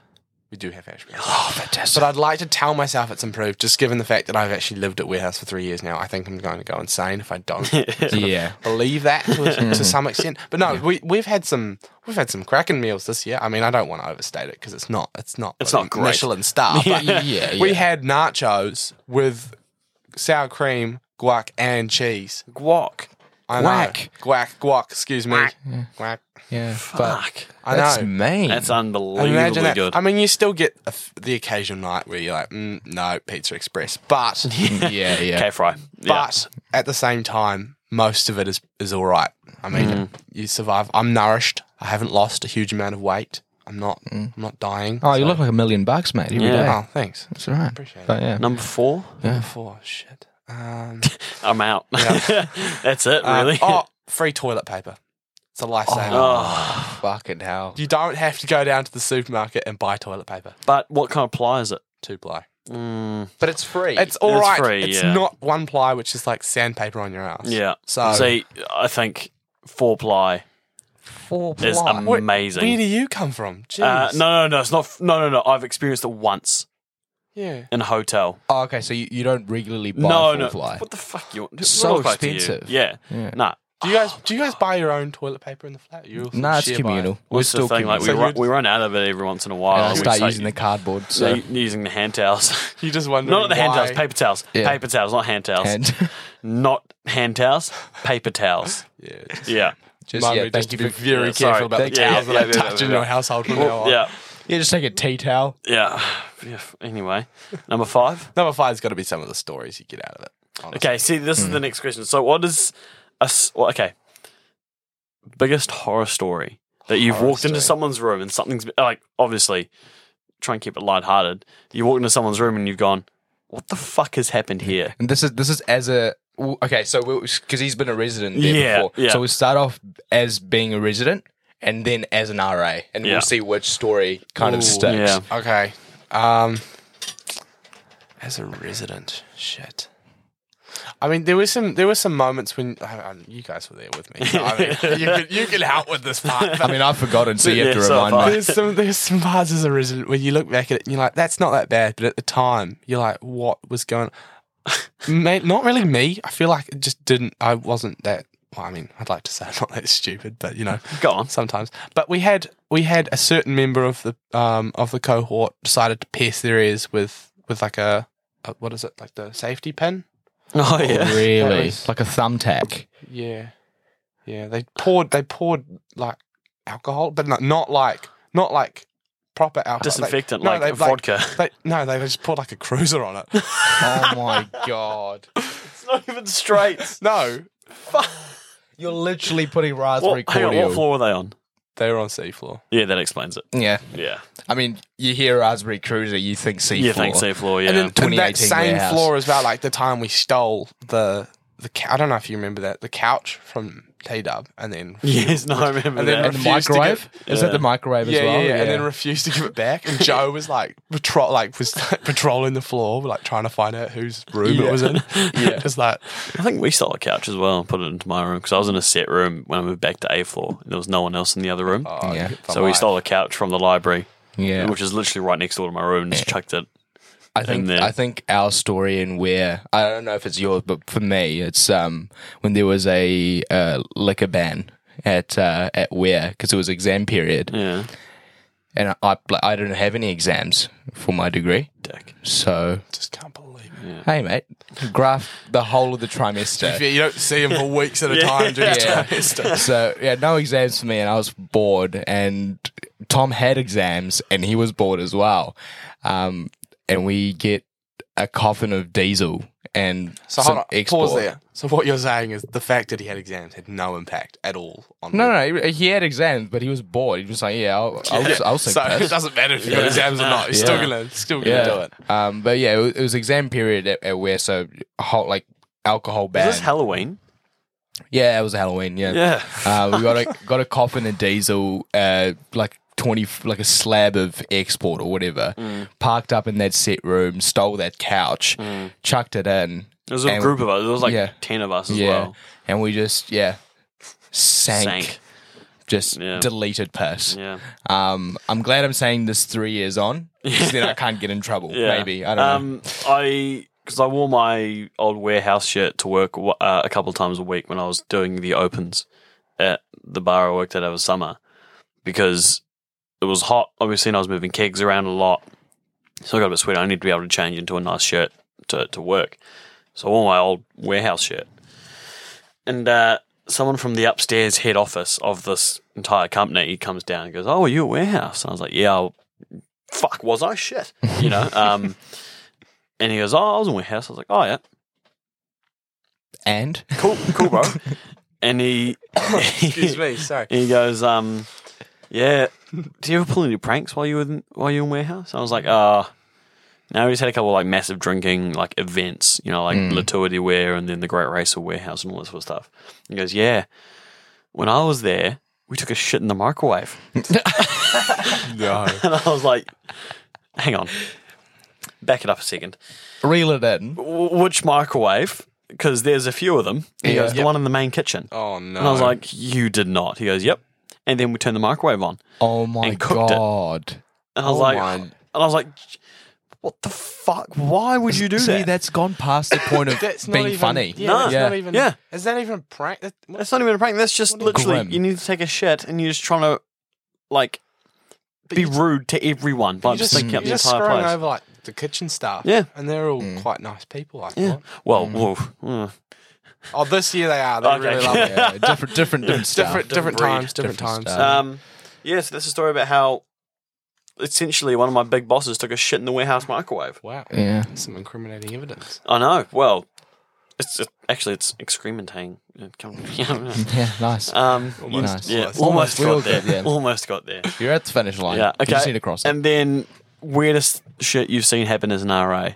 S3: we do have hash browns,
S1: Oh, fantastic!
S3: but I'd like to tell myself it's improved. Just given the fact that I've actually lived at warehouse for three years now, I think I'm going to go insane if I don't
S1: yeah,
S3: believe that to, a- to some extent. But no, we we've had some we've had some cracking meals this year. I mean, I don't want to overstate it because it's not it's not
S2: It's
S3: bloody
S2: not great.
S3: Michelin star. But
S1: yeah, yeah.
S3: we had nachos with sour cream, guac, and cheese.
S2: Guac.
S3: I know.
S2: Whack.
S3: Guac. Guac. Excuse me.
S2: Whack.
S3: Guac.
S1: Yeah, but
S2: Fuck.
S3: I
S1: that's
S3: know.
S1: mean.
S2: That's unbelievably
S3: Imagine that.
S2: good.
S3: I mean, you still get a f- the occasional night where you're like, mm, no, Pizza Express. But,
S1: yeah, yeah.
S2: K fry. Yeah.
S3: but at the same time, most of it is, is all right. I mean,
S1: Mm.
S3: you survive. I'm nourished. I haven't lost a huge amount of weight. I'm not. I'm not dying.
S1: Oh, you look like a million bucks, mate. Every day.
S2: Yeah.
S3: Oh, thanks.
S1: That's all right.
S3: Appreciate
S1: But yeah,
S2: Number four.
S3: Before shit. Um,
S2: I'm out. That's it,
S3: uh,
S2: really.
S3: oh, free toilet paper. It's a lifesaver.
S2: Oh.
S1: fucking hell.
S3: You don't have to go down to the supermarket and buy toilet paper.
S2: But what kind of ply is it?
S3: Two ply.
S2: Mm,
S1: But it's free.
S3: It's all right. it's
S2: free, yeah.
S3: not one ply, which is like sandpaper on your ass.
S2: yeah.
S3: So-
S2: see, I think four ply
S1: four
S2: is
S1: ply.
S2: amazing.
S3: Where do you come from? Jeez.
S2: Uh, no, no, no. It's not. f- No, no, no. I've experienced it once
S3: Yeah.
S2: in a hotel.
S1: Oh, okay, so you, you don't regularly buy
S2: no,
S1: four
S2: no.
S1: ply.
S2: What the fuck you want?
S1: It's so
S2: Look like to you.
S1: expensive.
S2: Yeah.
S1: Yeah.
S2: Nah.
S3: Do you guys do you guys buy your own toilet paper in the flat? You all
S1: Nah, it's
S3: share
S1: communal.
S3: buy
S1: We're
S2: What's
S1: still
S2: the thing?
S1: communal.
S2: Like we,
S3: So
S2: run,
S3: you'd-
S2: we run out of it every once in a
S1: And
S2: while.
S1: I
S2: We
S1: start
S2: say-
S1: using the cardboard.
S2: so
S1: So
S2: you- using the hand towels.
S3: it? You just wonder.
S2: not the hand
S3: why.
S2: towels, paper towels.
S1: Yeah.
S2: Paper towels, not hand towels.
S1: and
S2: Not hand towels, paper towels.
S3: Yeah.
S2: Yeah.
S1: just
S3: Mum,
S1: yeah,
S3: we
S1: thank
S3: just
S1: you
S3: be
S1: for-
S3: very
S2: yeah, sorry.
S3: careful about the
S2: Yeah, yeah,
S3: towels
S2: yeah,
S3: that
S2: yeah,
S3: I touch
S2: yeah,
S3: in
S2: yeah.
S3: your household from now on.
S2: Yeah.
S1: yeah, just take a tea towel.
S2: Yeah. Yeah. Anyway, number five.
S3: Number five's got to be some of the stories you get out of it. honestly.
S2: Okay. See, this is the next question. So, what is a s- well, okay? Biggest horror story that you've
S3: Horror
S2: walked into
S3: story.
S2: someone's room and something's like obviously try and keep it lighthearted. You walk into someone's room and you've gone, "What the fuck has happened here?"
S1: And this is this is as a well, okay, so because he's been a resident there
S2: Yeah,
S1: before,
S2: yeah.
S1: so we start off as being a resident and then as an RA, and
S2: Yeah.
S1: we'll see which story kind
S3: Ooh.
S1: of sticks.
S2: Yeah.
S3: Okay. Um, as a resident, shit. I mean, there were some there were some moments when I, I, you guys were there with me. So, I mean, you, can, you can help with this part.
S1: I mean, I've forgotten, so you have
S2: Yeah,
S1: to
S2: so
S1: remind
S2: have I.
S1: me.
S3: there's some there's some parts as a resident where you look back at it and you're like, that's not that bad. But at the time, you're like, what was going? Ma not really me. I feel like it just didn't. I wasn't that. Well, I mean, I'd like to say I'm not that stupid, but you know,
S2: Go on.
S3: sometimes. But we had we had a certain member of the um of the cohort decided to pierce their ears with with like a, a what is it like the safety pin?
S2: Oh
S1: Really,
S3: was-
S1: like a thumbtack.
S3: Yeah, yeah. They poured they poured like alcohol, but not not like not like proper alcohol. They-
S2: Disinfectant,
S3: no,
S2: like,
S3: they-
S2: vodka.
S3: They, no, they just poured like a cruiser on it.
S1: oh my god!
S2: it's not even straight.
S3: No,
S1: You're literally putting raspberry
S2: what, hang on, what
S1: cordial.
S2: floor were they on?
S3: they were on seafloor.
S2: Yeah, that explains it.
S1: Yeah,
S2: Yeah.
S1: I mean, you hear raspberry cruiser, you think C4.
S2: You think sea floor, yeah.
S3: And then and
S1: 2018
S3: that same
S1: warehouse.
S3: floor as well, like the time we stole the the cou- I don't know if you remember that the couch from T Dub, and then
S2: yes, no, I remember
S3: and then
S2: that.
S1: And the
S3: Refuse to
S1: microwave
S2: get-
S1: is
S2: Yeah.
S1: that the microwave
S3: yeah,
S1: as well?
S3: yeah, yeah, and then refused to give it back. And Joe was like patrol, like was like, patrolling the floor, like trying to find out whose room it was in. Yeah, just like
S2: I think we stole a couch as well and put it into my room because I was in a set room when I moved back to A floor and there was no one else in the other room.
S3: oh,
S1: Yeah.
S3: for
S2: so we
S3: life.
S2: stole a couch from the library,
S1: Ah, yeah.
S2: which is literally right next door to my room, and just chucked it.
S1: I think
S2: there.
S1: I think our story and where I don't know if it's yours, but for me, it's um when there was a uh, liquor ban at uh, at where because it was exam period,
S2: Yeah,
S1: and I I didn't have any exams for my degree,
S2: dick.
S1: so
S3: Just can't believe it.
S1: hey mate, graph the whole of the trimester.
S3: Yeah, you don't see him for weeks at a time. During
S1: Yeah.
S3: yeah.
S1: So yeah, no exams for me, and I was bored. And Tom had exams, and he was bored as well. Um, and we get a coffin of diesel and
S3: So
S1: some
S3: hold on,
S1: export.
S3: pause there. So what you're saying is the fact that he had exams had no impact at all on
S1: No, no, he- he had exams, but he was bored. He was like, "Yeah, I'll, I'll, I'll sing
S3: so it
S1: this.
S3: doesn't matter if you got exams or not. You're still
S2: Yeah.
S3: gonna still gonna
S1: Yeah,
S3: do it.
S1: Um, but yeah, it was, it was exam period at, at where so hot like alcohol
S2: Is
S1: ban.
S2: this Halloween?
S1: yeah, it was Halloween. Yeah,
S2: Yeah.
S1: Uh, we got a got a coffin and diesel, uh, like twenty, like a slab of export or whatever,
S2: Mm.
S1: parked up in that set room, stole that couch, chucked it in.
S2: There Mm. was a
S1: And-
S2: group of us. There was like
S1: Yeah.
S2: ten of us as
S1: yeah,
S2: well.
S1: and we just yeah sank,
S2: Sank.
S1: just
S2: Yeah.
S1: deleted piss.
S2: Yeah.
S1: Um, I'm glad I'm saying this three years on, because then I can't get in trouble.
S2: Yeah.
S1: Maybe I don't know.
S2: um, I because I wore my old warehouse shirt to work wa- uh, a couple of times a week when I was doing the opens at the bar I worked at over summer because it was hot, obviously, and I was moving kegs around a lot, so I got a bit sweaty. I needed to be able to change into a nice shirt to to work, so I wore my old warehouse shirt, and uh, someone from the upstairs head office of this entire company comes down and goes, "Oh, are you a warehouse?" And I was like, "Yeah." I'll, Fuck, was I shit? You know. Um, and he goes, "Oh, I was in warehouse." I was like, "Oh yeah,
S1: And
S2: cool, cool, bro." and he,
S3: Excuse me, sorry.
S2: And he goes, um, yeah. Do you ever pull any pranks while you were in, while you were in warehouse? I was like, uh no, we just had a couple of like massive drinking like events, you know, like Latuity Wear and then the Great Racer Warehouse and all that sort of stuff. He goes, yeah. When I was there, we took a shit in the microwave,
S3: No.
S2: and I was like, hang on, back it up a second.
S1: reel it in.
S2: W- which microwave? Because there's a few of them. He goes, the one in the main kitchen.
S3: Oh no.
S2: And I was like, you did not. He goes, yep. And then we turned the microwave on.
S1: Oh my
S2: And cooked it.
S1: god.
S2: And I was
S3: Oh
S2: like,
S3: my.
S2: and I was like, what the fuck? Why would you do
S1: See,
S2: that?
S1: that's gone past the point of
S3: that's not
S1: being
S3: even,
S1: funny.
S3: Yeah,
S2: No.
S3: that's
S1: Yeah.
S3: not even.
S2: Yeah.
S3: Is that even prank? That, what,
S2: That's not even a prank. That's just literally
S1: Grim.
S2: you need to take a shit and you're just trying to like be rude to everyone by
S3: you
S2: just
S3: just,
S2: taking up
S3: you're
S2: the
S3: just
S2: entire
S3: screwing
S2: place.
S3: over like the kitchen staff.
S2: Yeah.
S3: And they're all
S1: Mm.
S3: quite nice people. I thought.
S2: Yeah. Well,
S3: Mm.
S2: whoa. uh,
S3: Oh, this year they are. They
S2: Okay.
S3: really love it.
S1: Yeah, different, different, different stuff.
S3: Different, different,
S2: breed,
S3: times, different,
S1: different
S3: times.
S1: stuff.
S2: Um, yeah, so that's a story about how essentially one of my big bosses took a shit in the warehouse microwave.
S3: Wow.
S1: Yeah.
S3: That's some incriminating evidence.
S2: I know. Well, it's it, actually it's excrementing. It come-
S1: Yeah, nice.
S2: um,
S1: Nice.
S2: yeah,
S3: Nice.
S2: almost,
S1: We all
S2: got there.
S1: got there.
S2: Almost got there.
S1: You're at the finish line.
S2: Yeah,
S1: You
S2: okay.
S1: just need to cross it.
S2: And then weirdest shit you've seen happen as an RA.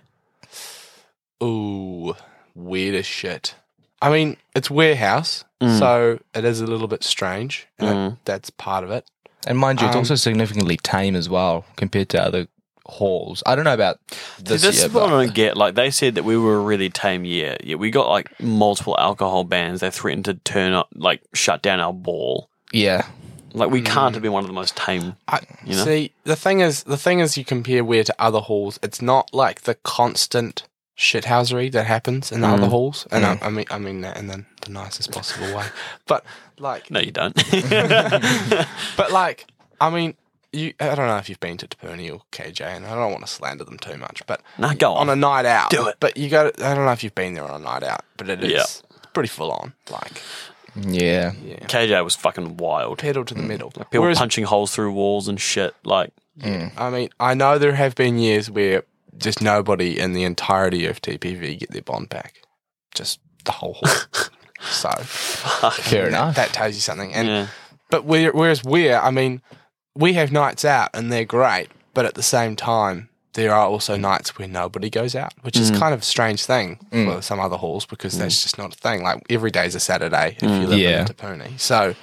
S3: Ooh, weird as shit. I mean, it's warehouse,
S2: Mm.
S3: so it is a little bit strange. And that, that's part of it.
S1: And mind you, it's
S3: Um,
S1: also significantly tame as well compared to other halls. I don't know about
S2: See,
S1: this,
S2: This,
S1: year,
S2: is what I
S1: but
S2: don't get. Like they said that we were a really tame year. Yeah, we got like multiple alcohol bans. They threatened to turn up, like shut down our ball.
S1: yeah,
S2: Like we can't
S1: Mm.
S2: have been one of the most tame.
S3: I,
S2: You know?
S3: See, the thing is, the thing is, you compare where to other halls. It's not like the constant shithousery that happens in
S2: Mm.
S3: other halls, and I, I mean, I mean that in the, the nicest possible way. But like,
S2: No, you don't.
S3: but like, I mean, you. I don't know if you've been to Tapuni or KJ, and I don't want to slander them too much, but
S2: nah, go
S3: on
S2: on.
S3: a night out,
S2: Do it.
S3: But you got. I don't know if you've been there on a night out, but it is
S2: Yeah.
S3: pretty full on. Like,
S1: yeah.
S3: yeah,
S2: KJ was fucking wild.
S3: pedal to the metal. Like
S2: People punching holes through walls and shit. Like
S3: I mean, I know there have been years where just nobody in the entirety of TPV get their bond back, just the whole hall. so
S1: Fair enough.
S3: that tells you something. And
S2: Yeah.
S3: but where, whereas we're, I mean, we have nights out and they're great, but at the same time. There are also nights where nobody goes out, which is kind of a strange thing for some other halls because that's just not a thing. Like every day is a Saturday if you live
S1: Yeah.
S3: in Tapuni. So,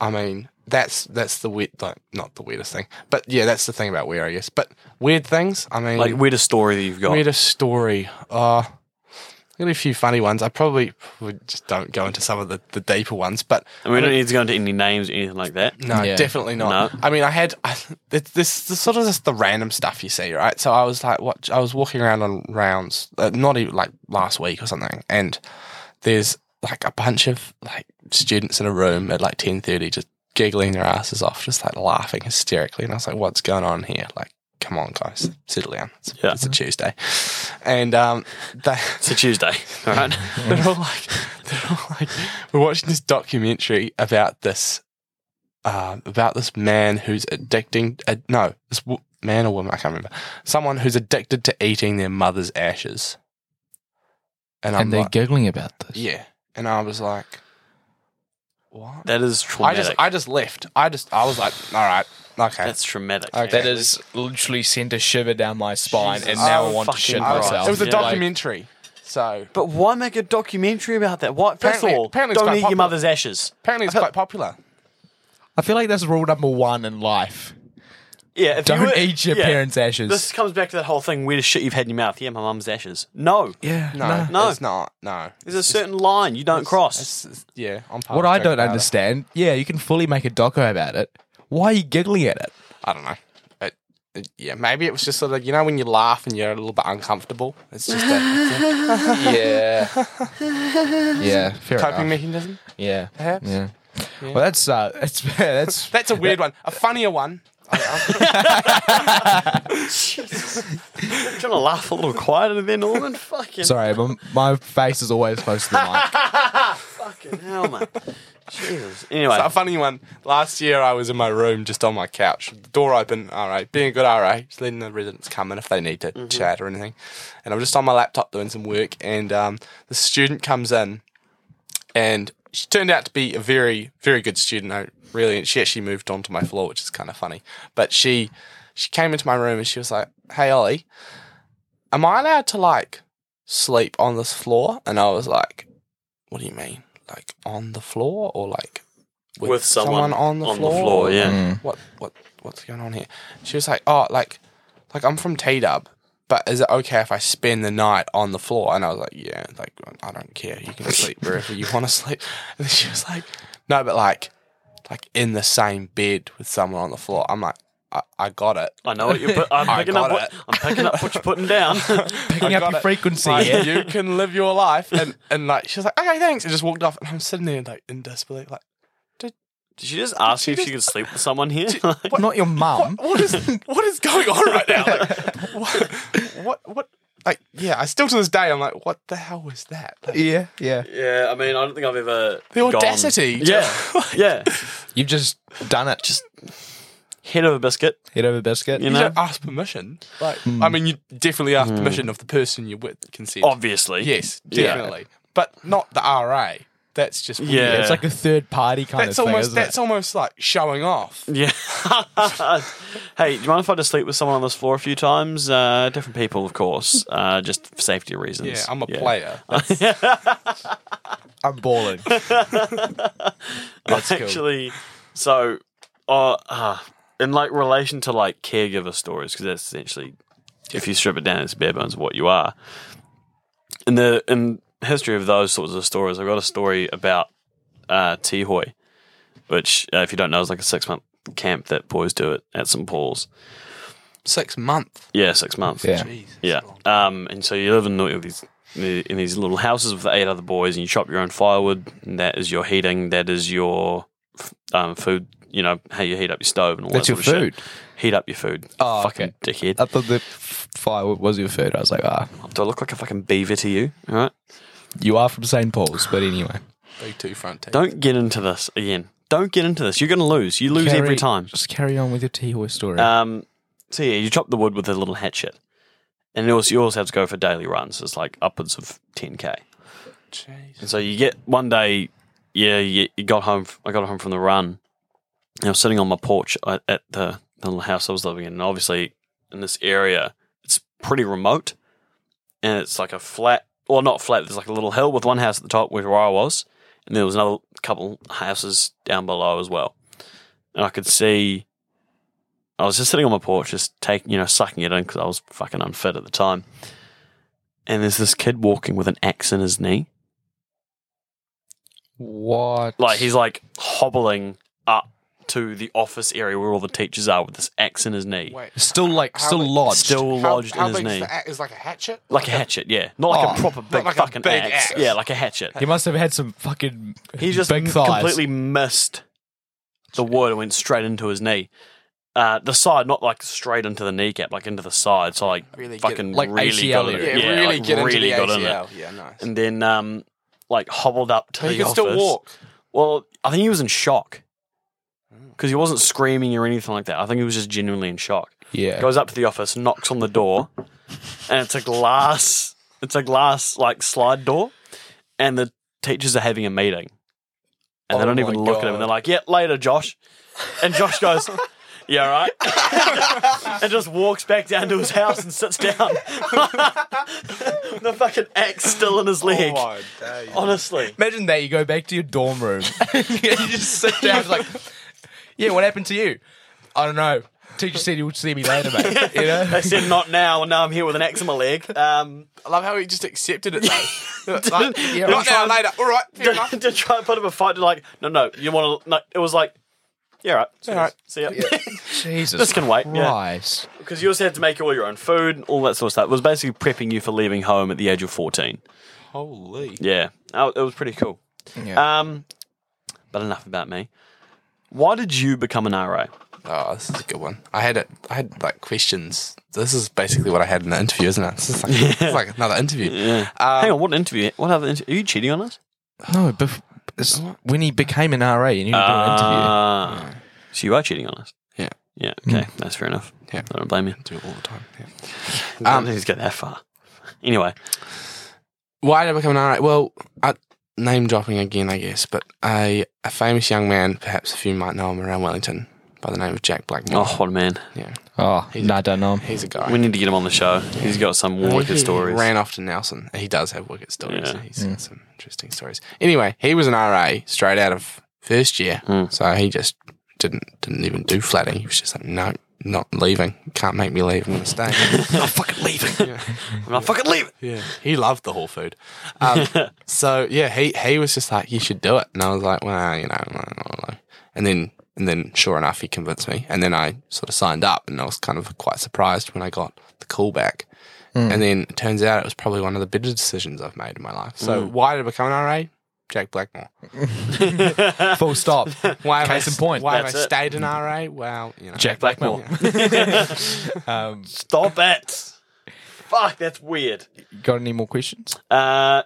S3: I mean, that's that's the weird, like, not the weirdest thing, but yeah, that's the thing about weird, I guess. But weird things, I mean,
S2: like weirdest story that you've got.
S3: weirdest story. Uh, got a few funny ones. I probably would just don't go into some of the, the deeper ones, but
S2: and we don't need to go into any names or anything like that.
S3: no,
S1: Yeah.
S3: definitely not. I mean, I had I, it's this, this sort of just the random stuff you see, right? So I was like, what? I was walking around on rounds, uh, not even like last week or something, and there's like a bunch of like students in a room at like ten thirty, just giggling their asses off, just like laughing hysterically, and I was like, what's going on here? Like, come on, guys, settle down. It's,
S2: Yeah.
S3: it's a Tuesday, and um, they.
S2: It's a Tuesday, all right?
S3: They're all like, they're all like, we're watching this documentary about this, uh, about this man who's addicting. Uh, no, this w- man or woman, I can't remember. Someone who's addicted to eating their mother's ashes. And I'm
S1: And they're
S3: like,
S1: giggling about this.
S3: yeah. And I was like, what?
S2: That is
S3: I
S2: traumatic.
S3: just, I just left. I just, I was like, all right, okay.
S2: That's traumatic.
S3: Okay.
S1: That has literally sent a shiver down my spine,
S2: Jesus.
S1: and now I
S3: Oh,
S1: want to
S2: fucking
S1: shit
S3: I was-
S1: myself.
S3: it was a
S2: Yeah.
S3: documentary, so
S2: But why make a documentary about that? Why, first
S3: Apparently-
S2: of all,
S3: apparently it's
S2: don't
S3: quite
S2: eat your
S3: popular.
S2: mother's ashes.
S3: apparently it's quite popular.
S1: I feel like that's rule number one in life.
S2: Yeah, if you
S1: Don't
S2: were-
S1: eat your
S2: yeah.
S1: parents' ashes.
S2: This comes back to that whole thing: weirdest shit you've had in your mouth. Yeah, my mum's ashes. No,
S1: yeah,
S3: No,
S1: nah.
S2: No.
S3: it's not. No,
S2: there's a certain line you don't cross.
S3: It's- it's- yeah, I'm part
S1: What
S3: of
S1: I
S3: joke
S1: don't
S3: about it.
S1: understand, yeah, you can fully make a doco about it. Why are you giggling at it?
S3: I don't know. It, it, yeah, maybe it was just sort of you know when you laugh and you're a little bit uncomfortable. It's just a
S1: Yeah, yeah, fair
S3: coping
S1: enough.
S3: mechanism,
S1: Yeah,
S3: perhaps.
S1: yeah. Well, that's uh, that's that's
S3: That's a weird one. A funnier one.
S2: You're trying to laugh a little quieter than Norman. Fucking
S1: Sorry, my, my face is always close to the mic.
S2: fucking Fucking hell, man. Jesus. Anyway,
S3: So a funny one. Last year, I was in my room, just on my couch, with the door open. All right, being a good RA, just letting the residents come in if they need to chat or anything. And I'm just on my laptop doing some work, and um, the student comes in, and she turned out to be a very, very good student. I really, she actually moved onto my floor, which is kind of funny. But she, she came into my room and she was like, "Hey, Ollie, am I allowed to like sleep on this floor?" And I was like, "What do you mean?" Like on the floor or like
S2: with, someone,
S3: on the floor.
S2: yeah.
S3: What what what's going on here? She was like, oh, like like I'm from T Dub, but is it okay if I spend the night on the floor? And I was like, yeah, like I don't care. You can sleep wherever you want to sleep. And then she was like, no, but like like in the same bed with someone on the floor. I'm like, I, I got it.
S2: I know what you're. Put, I'm
S3: I
S2: picking
S3: got
S2: up. What,
S3: it.
S2: I'm picking up what you're putting down.
S1: Picking
S3: I
S1: up
S3: got
S1: your
S3: it.
S1: frequency.
S3: Like,
S1: yeah.
S3: you can live your life, and and like she was like, okay, thanks, and just walked off. And I'm sitting there like in disbelief, like,
S2: Did she just ask you if she could sleep with someone here? Like,
S1: Not your mum.
S3: what is what is going on right now? Like, what, what what like yeah, I still to this day I'm like, what the hell was that? Like,
S1: Yeah, yeah.
S2: yeah, I mean, I don't think I've ever
S3: The
S2: gone-
S3: audacity to-
S2: Yeah, yeah.
S1: You've just done it. Just
S2: Head over biscuit.
S1: head over biscuit.
S2: You
S3: You
S2: know,
S3: don't ask permission. Like I mean you definitely ask permission of the person you're with consent.
S2: obviously.
S3: yes,
S2: Yeah.
S3: definitely. But not the RA. That's just weird.
S2: Yeah.
S1: It's like a third party kind
S3: That's
S1: of thing.
S3: almost
S1: isn't
S3: that's almost like showing off.
S2: Yeah. hey, do you mind if I just sleep with someone on this floor a few times? Uh, different people, of course, uh, just for safety reasons.
S3: Yeah, I'm a player.
S1: it? I'm balling.
S2: That's
S1: cool.
S2: actually so. Uh, uh, in like relation to like caregiver stories, because that's essentially, if you strip it down, it's bare bones of what you are. In the in history of those sorts of stories, I've got a story about uh, Tihoy, which uh, if you don't know, is like a six month camp that boys do it at St Paul's.
S3: Six month.
S2: Yeah, six months.
S1: Yeah.
S3: Jeez.
S2: Yeah. Um, and so you live in all these in these little houses with eight other boys, and you chop your own firewood. And that is your heating. That is your f- um, food. You know how you heat up your stove and all
S1: That's
S2: that
S1: your
S2: sort of shit.
S1: food.
S2: Heat up your food.
S1: Oh,
S2: fucking dickhead.
S1: I thought the f- firewood was your food. I was like, ah,
S2: Do I look like a fucking beaver to you? All right.
S1: you are from St. Paul's, but anyway.
S3: Big two front teeth.
S2: Don't get into this again. Don't get into this. You're going to lose. You lose every
S1: Carry-
S2: time.
S1: Just carry on with your tea horse story.
S2: Um, so yeah, you chop the wood with a little hatchet, and you also, you also have to go for daily runs. It's like upwards of ten k.
S3: Jeez.
S2: And so you get one day, yeah, you, you got home. I got home from the run. And I was sitting on my porch at, at the, the little house I was living in. And obviously, in this area, it's pretty remote, and it's like a flat, well, not flat. There's like a little hill with one house at the top where I was, and there was another couple houses down below as well. And I could see. I was just sitting on my porch, just taking, you know, sucking it in because I was fucking unfit at the time. And there's this kid walking with an axe in his knee
S1: what?
S2: like he's like hobbling up to the office area where all the teachers are with this axe in his knee,
S3: Wait.
S1: still like,
S3: How-
S1: still lodged.
S2: still
S3: How,
S2: lodged
S3: how
S2: in his
S3: big is
S2: knee,
S3: the axe? Is it like a hatchet?
S2: like a hatchet. Yeah, not like a
S1: Oh.
S2: proper big
S3: like a
S2: fucking
S3: big
S2: axe.
S3: axe.
S2: Yeah, like a hatchet.
S1: he must have had some fucking
S2: He just
S1: big
S2: m-
S1: thighs.
S2: completely missed the wood and went straight into his knee. Uh, the side, not like straight into the kneecap, like into the side. So like
S3: Really get-
S2: fucking
S1: like
S2: really
S1: ACL
S2: got in it.
S1: area.
S3: E. Yeah, really
S2: like,
S3: get into
S2: really
S3: the
S2: got in it.
S3: ACL. Yeah, nice.
S2: And then um, like hobbled up to
S3: But E.
S2: the
S3: he can
S2: office.
S3: still walk.
S2: Well, I think he was in shock
S3: Hmm.
S2: because he wasn't screaming or anything like that. I think he was just genuinely in shock.
S1: yeah.
S2: Goes up to the office, knocks on the door, and it's a glass. It's a glass like slide door, and the teachers are having a meeting, and they
S3: Oh
S2: don't
S3: my
S2: even look at him.
S3: God.
S2: And they're like, "Yeah, later, Josh," and Josh goes. Yeah, all right. and just walks back down to his house and sits down. the fucking axe still in
S3: Oh
S2: his leg. Honestly.
S1: Imagine that you go back to your dorm room. you just sit down it's like, yeah, what happened to you? I don't know. Teacher said you would see me later, mate. You know?
S2: They said not now, and now I'm here with an axe in my leg. Um,
S3: I love how he just accepted it though. Like,
S2: yeah,
S3: not now, later. All right, fair enough.
S2: to, to try and put up a fight to like, no, no, you want to. No, it was like, yeah, all right, see
S3: All right.
S2: ya. See ya.
S1: Jesus
S2: This can wait, yeah.
S1: Christ.
S2: Because you also had to make all your own food and all that sort of stuff. It was basically prepping you for leaving home at the age of fourteen.
S3: Holy.
S2: Yeah, Oh, it was pretty cool.
S1: Yeah.
S2: Um, but enough about me. Why did you become an RA?
S3: Oh, this is a good one. I had it. I had like questions. This is basically what I had in the interview, isn't it? This is like, this is like another interview.
S2: Hang on, what interview? What other interview? Are you cheating on us?
S1: No, bef- It's when he became an RA and he didn't do an interview.
S2: Ah. So you are cheating on us.
S3: Yeah. Mm.
S2: Yeah. Okay. That's fair enough.
S3: Yeah.
S2: I don't blame you.
S3: do it all the time. Yeah.
S2: I don't think Um, he's got that far. Anyway,
S3: Why did I become an RA? Well, I, name dropping again, I guess, but a, a famous young man, perhaps a few might know him around Wellington, by the name of Jack Blackmore.
S2: oh, what a man.
S3: Yeah,
S1: Oh,
S3: He's-
S1: no, I don't know him.
S3: he's a guy.
S2: We need to get him on the show. He's got some
S3: I think
S2: wicked
S3: he
S2: stories.
S3: Ran off to Nelson. He does have wicked stories.
S2: Yeah.
S3: He's got some interesting stories. Anyway, he was an RA straight out of first year,
S2: Mm.
S3: so he just didn't didn't even do flatting. He was just like, no, not leaving. Can't make me leave. I'm gonna stay.
S2: I'm fucking leaving. I'm not fucking leaving.
S3: yeah, he loved the whole food. Um, so yeah, he he was just like, you should do it, and I was like, well, you know, I don't know." and then. And then, sure enough, he convinced me. And then I sort of signed up, and I was kind of quite surprised when I got the call back.
S1: Hmm.
S3: And then it turns out it was probably one of the better decisions I've made in my life. So
S1: Hmm.
S3: why did I become an RA? Jack Blackmore.
S1: Full stop.
S3: Why have
S1: Case
S3: I,
S1: in point.
S3: Why have I
S2: That's it.
S3: stayed an RA? Well, you know.
S1: Jack Blackmore. um,
S2: Stop it. Fuck, that's weird.
S1: got any more questions?
S2: Uh,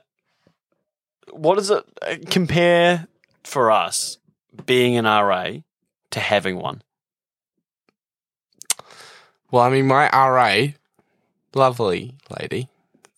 S2: what is it? Uh, compare for us being an RA to having one.
S3: Well, I mean, my RA, lovely lady.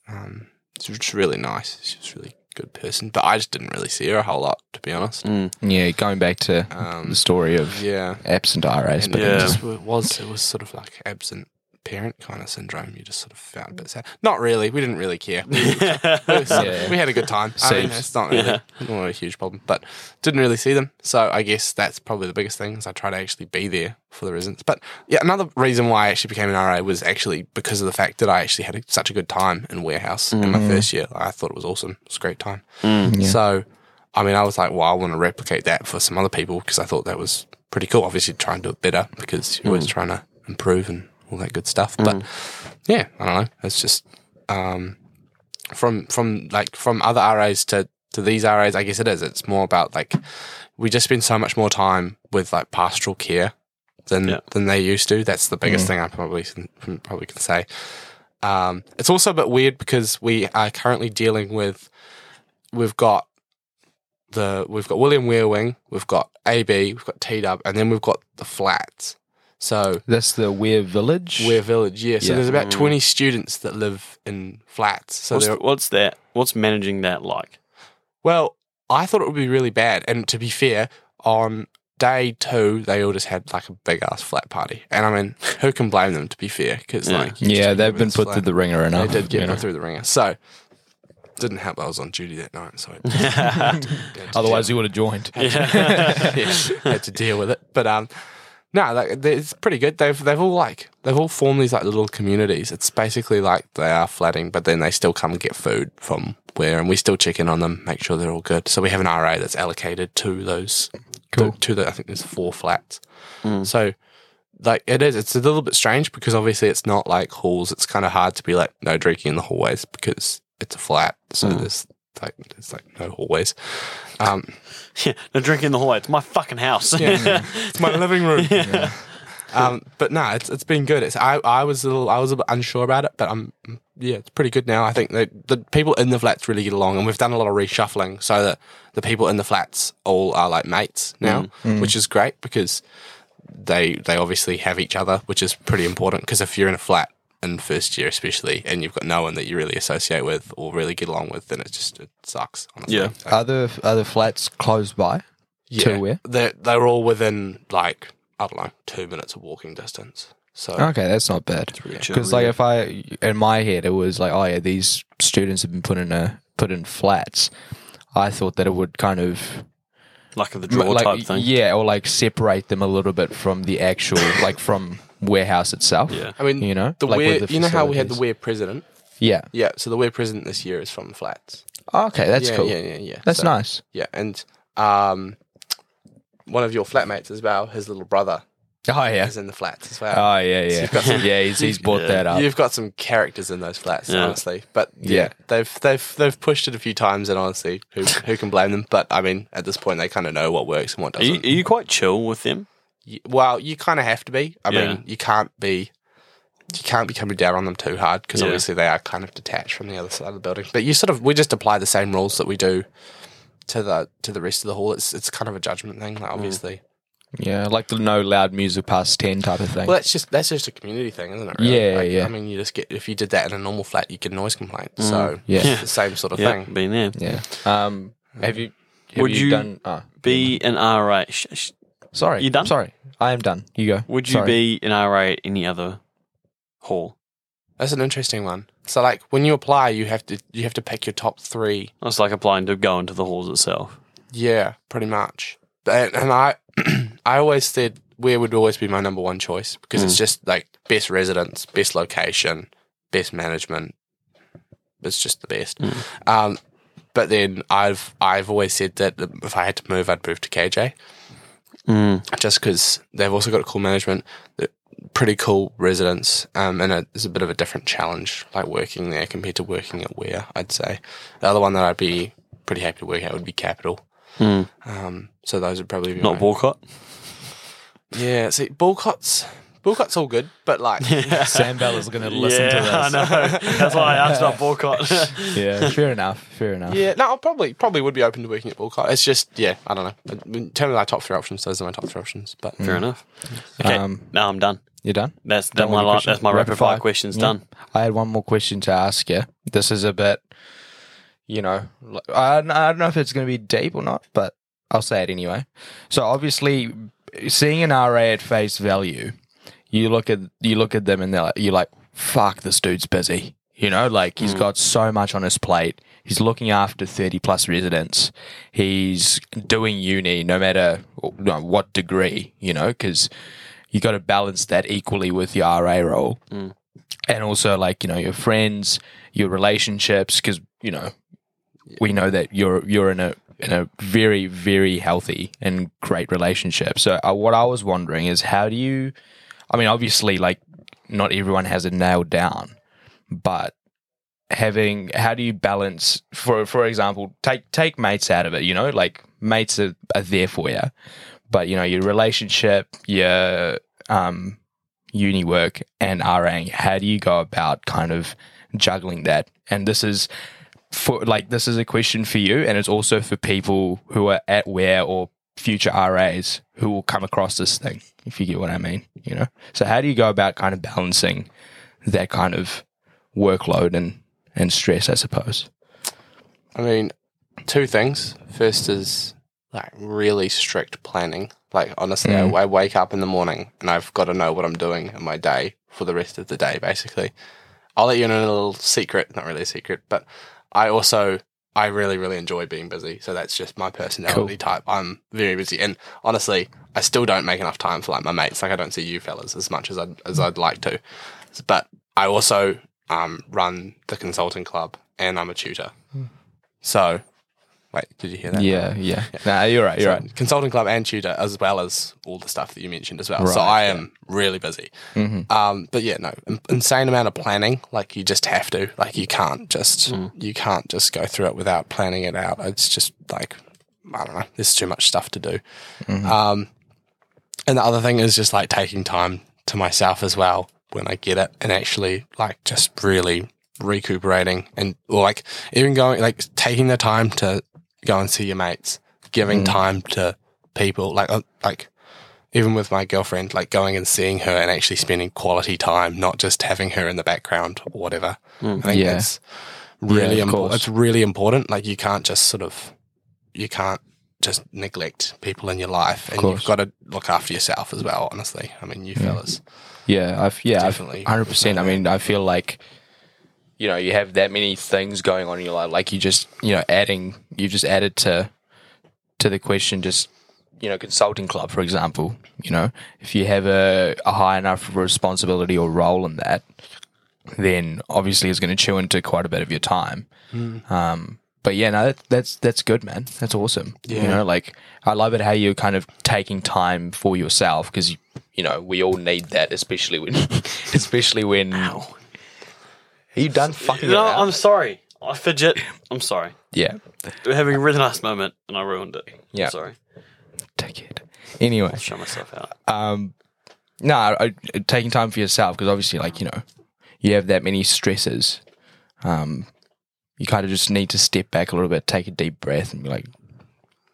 S3: Um, she's just really nice. She's a really good person. But I just didn't really see her a whole lot, to be honest.
S1: Yeah, going back to
S3: Um,
S1: the story of
S3: yeah.
S1: absent RAs, but
S3: And it
S2: Yeah.
S3: just w- was it was sort of like absent parent kind of syndrome. You just sort of felt a bit sad. Not really. We didn't really care. We
S2: yeah.
S3: sort of-
S1: Yeah.
S3: We had a good time. I
S1: Same.
S3: mean, it's not really
S2: Yeah.
S3: not a huge problem, but didn't really see them. So I guess that's probably the biggest thing is I try to actually be there for the reasons. But yeah, another reason why I actually became an RA was actually because of the fact that I actually had a, such a good time in warehouse in my first year. I thought it was awesome. It was a great time. So I mean, I was like, well, I want to replicate that for some other people because I thought that was pretty cool. Obviously, try and do it better because you're always trying to improve and all that good stuff. But yeah, I don't know. It's just um, from from like from other RAs to to these RAs, I guess it is. It's more about like we just spend so much more time with like pastoral care than
S2: Yeah.
S3: than they used to. That's the biggest thing I probably can- probably can say. Um, it's also a bit weird because we are currently dealing with we've got the we've got William Weirwing, we've got AB, we've got T Dub, and then we've got the flats. So
S1: that's the Weir Village.
S3: Weir Village, yeah. So
S1: Yeah.
S3: there's about twenty students that live in flats. So
S2: Mm. What's,
S3: they're
S2: what's that? What's managing that like?
S3: Well, I thought it would be really bad. And to be fair, on day two, they all just had like a big ass flat party. And I mean, who can blame them, to be fair? Because,
S2: Yeah.
S3: like, you just
S1: Yeah,
S3: get
S1: they've
S3: given
S1: been
S3: this
S1: put
S3: flat.
S1: through the ringer enough.
S3: They did get
S1: you know.
S3: put through the ringer. So, didn't help. I was on duty that night. So, I
S1: Otherwise, he would have joined.
S3: yeah, had to deal with it. But um, no, like they- it's pretty good. They've they've all like they've all formed these like little communities. It's basically like they are flatting, but then they still come and get food from where, and we still check in on them, make sure they're all good. So we have an RA that's allocated to those.
S1: Cool.
S3: To, to the I think there's four flats. So. Like it is, it's a little bit strange because obviously it's not like halls. It's kind of hard to be like no drinking in the hallways because it's a flat, so there's like there's like no hallways. Um,
S2: Yeah, no drinking in the hallway. It's my fucking house. Yeah.
S3: it's my living room. Um, but no, it's it's been good. It's I, I was a little I was a bit unsure about it, but I'm yeah, it's pretty good now. I think the the people in the flats really get along, and we've done a lot of reshuffling so that the people in the flats all are like mates now, which is great because they they obviously have each other, which is pretty important. Because if you're in a flat in first year, especially, and you've got no one that you really associate with or really get along with, then it just it sucks. Honestly.
S2: Yeah.
S1: Other other flats close by. To where?
S3: They're, they're all within like, I don't know, two minutes of walking distance. So,
S1: Okay, that's not bad. Because like if I in my head it was like oh yeah these students have been put in a put in flats. I thought that it would kind of
S2: luck of the draw
S1: like
S2: type thing.
S1: yeah or like separate them a little bit from the actual like from warehouse itself.
S2: Yeah.
S3: I mean,
S1: you know
S3: the
S1: Like, with
S3: weir,
S1: the
S3: you know how we had the
S1: facilities.
S3: weir president?
S1: yeah.
S3: Yeah. So the weir president this year is from the flats.
S1: Okay, that's
S3: yeah,
S1: cool.
S3: yeah, yeah, yeah.
S1: That's
S3: So,
S1: nice.
S3: Yeah. And um, one of your flatmates as well, his little brother,
S1: Oh yeah.
S3: is in the flats as well.
S1: Oh yeah, yeah, yeah. He's, he's brought that up.
S3: You've got some characters in those flats,
S2: Yeah.
S3: honestly. But yeah,
S1: Yeah.
S3: they've they've they've pushed it a few times, and honestly, who who can blame them? But I mean, at this point, they kind of know what works and what
S2: Are
S3: doesn't.
S2: you, are you quite chill with them?
S3: Y- well, you kind of have to be. I
S2: Yeah.
S3: mean, you can't be, you can't be coming down on them too hard because
S2: Yeah.
S3: obviously they are kind of detached from the other side of the building. But you sort of, we just apply the same rules that we do to the to the rest of the hall. It's it's kind of a judgment thing,
S1: Mm.
S3: like obviously.
S1: Yeah, like the no loud music past 10 type of thing.
S3: Well, that's just that's just a community thing, isn't it? Really?
S1: Yeah,
S3: Like,
S1: yeah. Mm.
S3: I mean, you just get if you did that in a normal flat, you get a noise complaint. So
S1: Yeah.
S3: it's the same sort of
S2: Yeah,
S3: thing.
S2: been there.
S1: yeah. Um, have you, have
S2: Would you
S1: done. ah,
S2: Be an RA. Sh- sh-
S1: sorry.
S2: you done?
S1: Sorry. I am done. You go.
S2: Would you
S1: Sorry.
S2: be an RA at any other hall?
S3: That's an interesting one. So like when you apply, you have to you have to pick your top three.
S2: It's like applying to go into the halls itself.
S3: Yeah, pretty much. And, and I I always said where would always be my number one choice because it's just like best residence, best location, best management. It's just the best. Um, but then I've I've always said that if I had to move, I'd move to KJ.
S2: Mm.
S3: just because they've also got cool management, they're pretty cool residents, um, and it- it's a bit of a different challenge, like working there compared to working at Where. I'd say the other one that I'd be pretty happy to work at would be Capital. Um, so those would probably be
S2: Not
S3: my-
S2: Walcott.
S3: Yeah, see, Bullcott's Bullcott's all good, but like
S1: Sam Bell is going to listen
S2: yeah,
S1: to this.
S2: I know. That's why I asked about Walcott.
S1: Yeah, fair enough. Fair enough.
S3: Yeah, no, I probably probably would be open to working at Bullcott. It's just yeah, I don't know. In terms of my top three options, those are my top three options. But
S2: Fair enough. Okay,
S1: Um,
S2: now I'm done.
S1: You done?
S2: That's
S1: Done
S2: that
S1: with
S2: my
S1: your
S2: li-
S1: question?
S2: that's my
S1: Rapid
S2: rapid fire
S1: fire.
S2: questions
S1: Yeah.
S2: done.
S1: I had one more question to ask you. This is a bit, you know, li- I don't I don't know if it's going to be deep or not, but I'll say it anyway. So obviously, seeing an RA at face value, you look at you look at them and they're like, you're like, fuck, this dude's busy. You know, like
S2: Hmm.
S1: he's got so much on his plate. He's looking after thirty plus residents. He's doing uni, no matter uh, what degree. You know, because you got to balance that equally with your RA role and also like you know your friends, your relationships, because you know we know that you're you're in a in a very very healthy and great relationship. So uh, what I was wondering is how do you? I mean, obviously, like not everyone has it nailed down, but having how do you balance for for example take take mates out of it you know like mates are, are there for you but you know your relationship your um uni work and RAing, how do you go about kind of juggling that? And this is for like this is a question for you, and it's also for people who are at where or future RAs who will come across this thing, if you get what I mean, you know. So how do you go about kind of balancing that kind of workload and and stress, I suppose.
S3: I mean, two things. First is like really strict planning. Like honestly,
S1: Mm.
S3: I, I wake up in the morning and I've got to know what I'm doing in my day for the rest of the day. Basically, I'll let you in on a little secret. Not really a secret, but I also I really really enjoy being busy. So that's just my personality type. I'm very busy, and honestly, I still don't make enough time for like my mates. Like I don't see you fellas as much as I as I'd like to. But I also um, run the consulting club and I'm a tutor. So, wait, did you hear that?
S1: Hmm. Yeah, yeah. Nah, you're right, you're
S3: So,
S1: right.
S3: Consulting club and tutor, as well as all the stuff that you mentioned as well. so
S1: Right,
S3: I am really busy. Um, but yeah, no, in- insane amount of planning. Like you just have to. Like you can't just you can't just go through it without planning it out. It's just like I don't know. There's too much stuff to do. Um, and the other thing is just like taking time to myself as well when I get it and actually like just really recuperating and or like even going like taking the time to go and see your mates, giving time to people like uh, like even with my girlfriend like going and seeing her and actually spending quality time, not just having her in the background or whatever. I think
S1: Yeah.
S3: that's really
S1: Yeah, of
S3: important.
S1: course.
S3: It's really important. Like you can't just sort of you can't just neglect people in your life, and
S1: course.
S3: you've got to look after yourself as well. Honestly, I mean, you fellas,
S1: Yeah, I've yeah,
S3: Definitely.
S1: hundred percent. I mean, I feel like you know you have that many things going on in your life. Like you just you know adding you've just added to to the question. Just you know, consulting club, for example. You know, if you have a, a high enough responsibility or role in that, then obviously it's going to chew into quite a bit of your time.
S2: Hmm.
S1: Um, but yeah, no, that, that's that's good, man. That's awesome. You know, like I love it how you're kind of taking time for yourself because you, you know we all need that, especially when, especially when. Are you done fucking?
S2: No,
S1: it out?
S2: I'm sorry. I fidget. I'm sorry.
S1: yeah,
S2: We're having a really nice moment and I ruined it.
S1: Yeah.
S2: I'm sorry.
S1: take it. Anyway,
S2: Show myself out.
S1: no, I, I- taking time for yourself because obviously, like you know, you have that many stresses. Um, you kind of just need to step back a little bit, take a deep breath, and be like,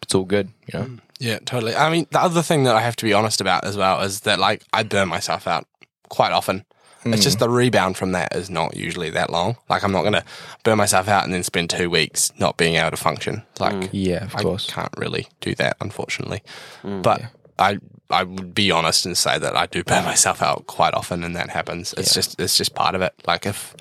S1: it's all good, you know.
S3: Yeah, totally. I mean, the other thing that I have to be honest about as well is that like I burn myself out quite often. It's
S1: Hmm.
S3: just the rebound from that is not usually that long. Like I'm not gonna burn myself out and then spend two weeks not being able to function. Like
S1: Yeah, of
S3: I
S1: course. Mm,
S3: can't really do that, unfortunately. but I I would be honest and say that I do burn myself out quite often, and that happens. It's just it's just part of it. Like if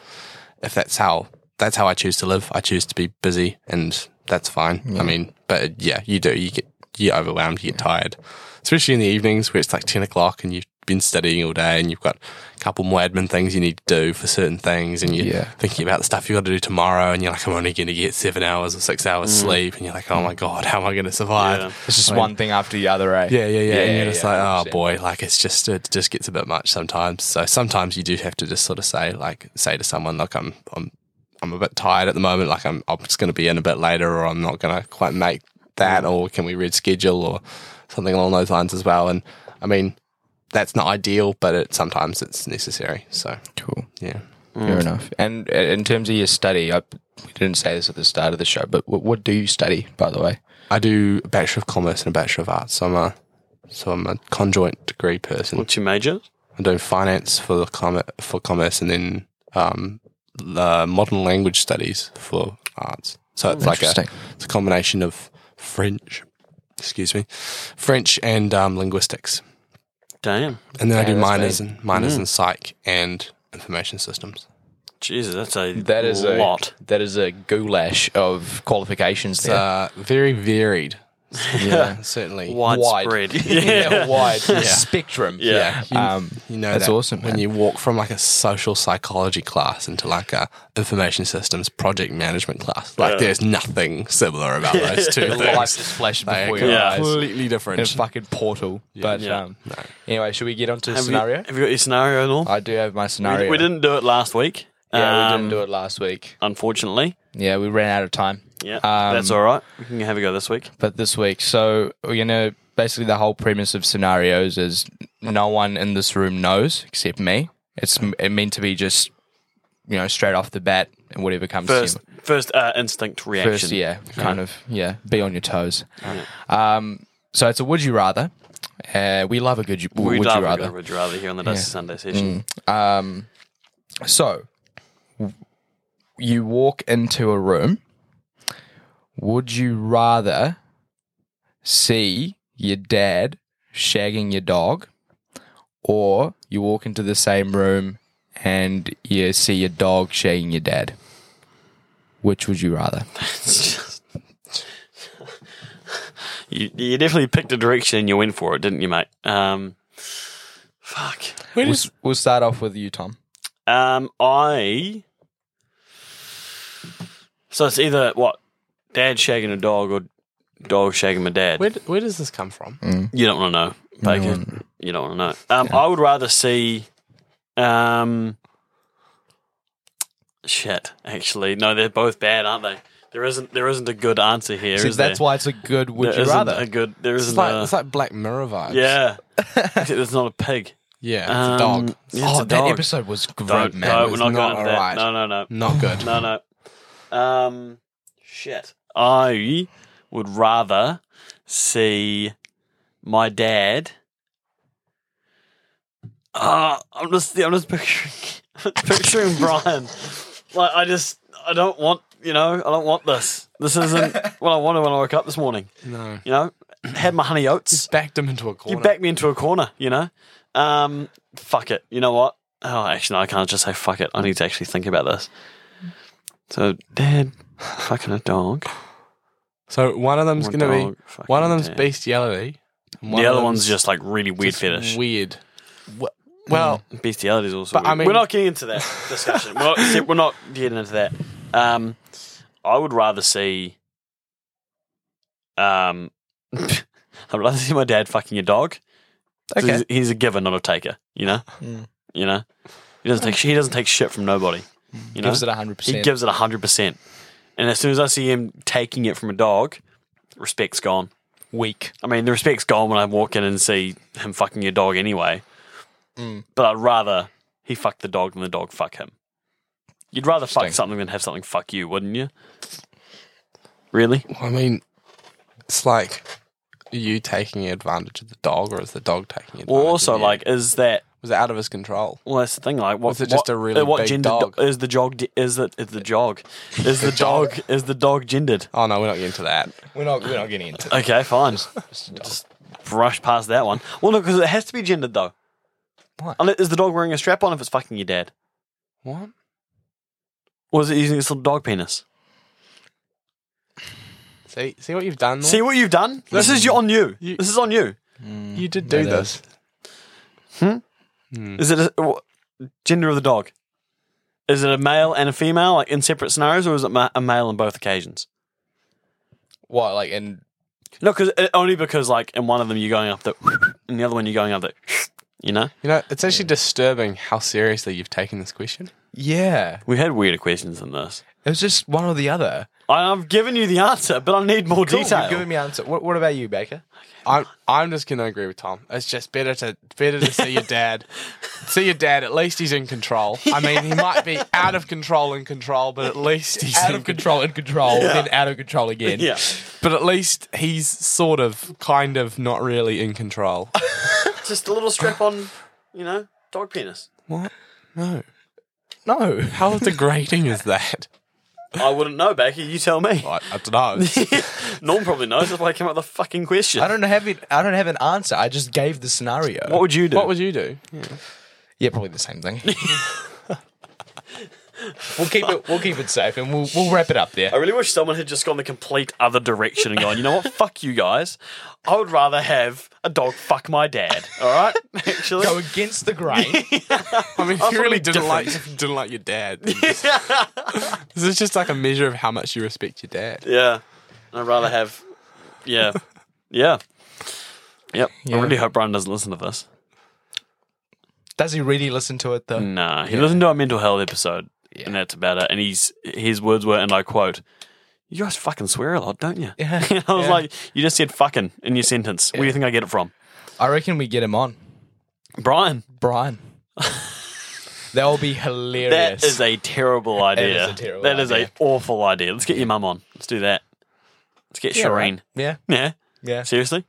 S3: if that's how that's how I choose to live, I choose to be busy, and that's fine. I mean, but yeah, you do. You get you get overwhelmed, you get tired, especially in the evenings where it's like ten o'clock and you've been studying all day, and you've got a couple more admin things you need to do for certain things, and you're
S1: Yeah.
S3: thinking about the stuff you got to do tomorrow, and you're like, I'm only going to get seven hours or six hours sleep, and you're like, oh my god, how am I going to survive?
S2: Yeah.
S1: It's just one thing after the other, eh?
S3: Yeah, yeah, yeah. and you're just
S1: yeah,
S3: like, oh
S1: 100%.
S3: boy, like it's just it just gets a bit much sometimes. So sometimes you do have to just sort of say, like, say to someone, like, I'm I'm I'm a bit tired at the moment. Like, I'm I'm just going to be in a bit later, or I'm not going to quite make that, or can we reschedule, or something along those lines as well. And I mean, that's not ideal, but it sometimes it's necessary. So
S1: Cool.
S3: yeah.
S1: Fair enough. And uh, in terms of your study, I we didn't say this at the start of the show, but what, what do you study, by the way?
S3: I do a Bachelor of Commerce and a Bachelor of Arts. So I'm a, so I'm a conjoint degree person.
S2: What's your major?
S3: I'm doing finance for the com- for commerce, and then um, the modern language studies for arts. So it's like a
S1: Interesting.
S3: it's a combination of French, excuse me, French and um, linguistics,
S2: Damn.
S3: and then I
S1: Damn, that's
S3: do
S1: Mm.
S3: minors and minors in psych and information systems.
S2: Jesus, that's a
S1: That is a
S2: lot.
S1: That is a goulash of qualifications
S3: It's
S1: there.
S3: uh, very varied,
S1: yeah.
S3: certainly.
S2: Widespread.
S1: yeah, wide spectrum.
S2: Yeah.
S1: Um,
S3: You know
S1: That's
S3: that
S1: awesome,
S3: When
S1: man.
S3: you walk from like a social psychology class into like a information systems project management class, like there's nothing similar about those two
S1: the
S3: things.
S1: lights just flashed
S3: They
S1: before
S3: are
S1: your
S2: Yeah.
S1: eyes.
S3: completely different.
S1: In a fucking portal. But
S2: Yeah.
S1: um, anyway, should we get onto
S2: Have you,
S1: scenario?
S2: have you got your scenario and all?
S1: I do have my scenario.
S2: We didn't do it last week.
S1: Yeah, we
S2: um,
S1: didn't do it last week.
S2: Unfortunately.
S1: Yeah, we ran out of time.
S2: Yeah.
S1: Um,
S2: that's all right. We can have a go this week.
S1: but this week. So we're gonna basically the whole premise of scenarios is no one in this room knows except me. It's it meant to be just you know straight off the bat and whatever comes
S2: First,
S1: to you.
S2: first uh, instinct reaction.
S1: First, yeah, kind of, yeah, be on your toes. Um, so it's a would you rather. Uh, we love a good you,
S2: We'd
S1: would
S2: love
S1: you
S2: a
S1: rather.
S2: good Would you rather here on the Dusty Sunday session?
S1: Um, so w- you walk into a room. Would you rather see your dad shagging your dog, or you walk into the same room and you see your dog shagging your dad? Which would you rather?
S2: It's just- you, you definitely picked a direction and you went for it, didn't you, mate? Um, fuck.
S1: We'll, s- we'll start off with you, Tom.
S2: Um, I. So it's either what dad shagging a dog or dog shagging my dad.
S3: Where, d- where does this come from?
S2: You don't want to know, Baker. You don't want to know. Um, I would rather see. Um, shit. Actually, no, they're both bad, aren't they? There isn't. There isn't a good answer here.
S1: See,
S2: is
S1: that's
S2: there?
S1: why it's a good would
S2: There
S1: you
S2: isn't
S1: rather.
S2: a good. There
S3: It's
S2: isn't
S3: like,
S2: a.
S3: it's like Black Mirror vibes.
S2: yeah. Except There's not a pig.
S3: Yeah, it's
S2: Um,
S3: a dog.
S2: yeah, it's
S1: oh,
S2: a
S1: that
S2: dog.
S1: episode was great,
S2: Don't,
S1: man.
S2: no,
S3: It
S2: we're
S3: was
S2: not,
S3: not
S2: going to that.
S3: alright.
S2: No, no, no.
S3: Not good.
S2: No, no. Um, shit. I would rather see my dad. Uh, I'm just, I'm just picturing, I'm just picturing Brian. Like, I just, I don't want, you know, I don't want this. This isn't what I wanted when I woke up this morning.
S3: No.
S2: You know, had my honey oats.
S3: Backed him into a corner.
S2: You backed me into a corner, you know? Um, fuck it. You know what? Oh, actually, no, I can't just say fuck it. I need to actually think about this. So, dad fucking a dog.
S3: so one of them's
S2: My
S3: going to
S2: dog
S3: be
S2: fucking
S3: one of them's
S2: did.
S3: bestiality. and one
S2: the
S3: of
S2: other one's just like really weird fetish.
S3: weird. Wh- Well,
S2: Bestiality is also
S3: But, I
S2: weird.
S3: mean-
S2: we're not getting into that discussion. we're, not, see, we're not getting into that. Um, I would rather see. Um, I'd rather see my dad fucking a dog. So
S1: Okay.
S2: He's, he's a giver, not a taker. You know.
S1: Mm.
S2: You know. He doesn't take. He doesn't take shit from nobody. You know.
S1: Gives it 100%.
S2: he gives it hundred percent. And as soon as I see him taking it from a dog, respect's gone.
S1: weak.
S2: I mean, the respect's gone when I walk in and see him fucking your dog anyway.
S1: Hmm.
S2: But I'd rather he fuck the dog than the dog fuck him. You'd rather fuck
S1: Interesting.
S2: something than have something fuck you, wouldn't you? Really?
S3: I mean, it's like you taking advantage of the dog, or is the dog taking advantage?
S2: Well, also,
S3: of you?
S2: like, is that
S3: was it out of his control?
S2: well? That's the thing. Like, what,
S3: Is it just
S2: what-
S3: a really
S2: uh, what
S3: big
S2: gender do-
S3: dog?
S2: is the jog? d- Is the is the jog? Is the dog? Is the dog gendered?
S3: Oh no, we're not getting to that.
S1: We're not we're not getting into that.
S2: Okay, fine. Just brush past that one. Well, no, because it has to be gendered though.
S3: Why?
S2: Unless, is the dog wearing a strap on if it's fucking your dad?
S3: What?
S2: Or is it using its little dog penis?
S3: See, see what you've done.
S2: See what you've done? This is your- on you.
S3: You-
S2: This is on you.
S3: you did do
S1: That
S3: this. Hmm.
S2: Is it a, wh- gender of the dog? Is it a male and a female, like in separate scenarios, or is it ma- a male on both occasions?
S1: What like and
S2: No, because uh, only because like in one of them you're going up the, and the other one you're going up the, you know.
S3: You know, it's actually disturbing how seriously you've taken this question.
S1: yeah,
S2: We had weirder questions than this.
S1: it was just one or the other.
S2: I- I've given you the answer, but I need more
S1: Cool,
S2: detail.
S1: You've given me answer. What, what about you, Baker?
S3: I'm I'm just gonna agree with Tom. It's just better to better to see your dad. see your dad. At least he's in control. I mean, he might be out of control in control, but at least he's
S1: Out
S3: in
S1: of control and control,
S2: Yeah.
S1: then out of control again.
S2: yeah.
S3: But at least he's sort of, kind of, not really in control.
S2: Just a little strap on, you know, dog penis.
S3: what? No.
S1: No.
S3: How degrading is that?
S2: I wouldn't know, Becky. You tell me.
S3: I, I don't know.
S2: Norm probably knows. That's why I came up with the fucking question.
S1: I don't have it. I don't have an answer. I just gave the scenario.
S2: what would you do?
S3: What would you do?
S1: yeah, probably the same thing. we'll keep it. We'll keep it safe, and we'll we'll wrap it up there.
S2: I really wish someone had just gone the complete other direction and gone, you know what? Fuck you guys. I would rather have a dog fuck my dad. All right? Actually.
S1: Go against the grain.
S3: I mean, if you really didn't
S2: different.
S3: like didn't like your dad, then just- this is just like a measure of how much you respect your dad.
S2: Yeah. I'd rather have. Yeah. Yeah. Yep. I really hope Brian doesn't listen to this.
S1: Does he really listen to it though?
S2: Nah, he listened to our mental health episode, and that's about it. And he's his words were, and I quote, "You guys fucking swear a lot, don't you?"
S1: Yeah.
S2: And I was
S1: Yeah.
S2: like, "You just said fucking in your sentence. Where do you think I get it from,
S1: I reckon we get him on,
S2: Brian?"
S1: Brian. that will be
S2: That
S1: hilarious.
S2: is a terrible idea.
S1: is a terrible
S2: That is a
S1: idea.
S2: awful idea. Let's get your mum on. Let's do that. Let's get
S1: yeah,
S2: Shireen.
S1: right. Yeah.
S2: Yeah.
S1: Yeah.
S2: Seriously?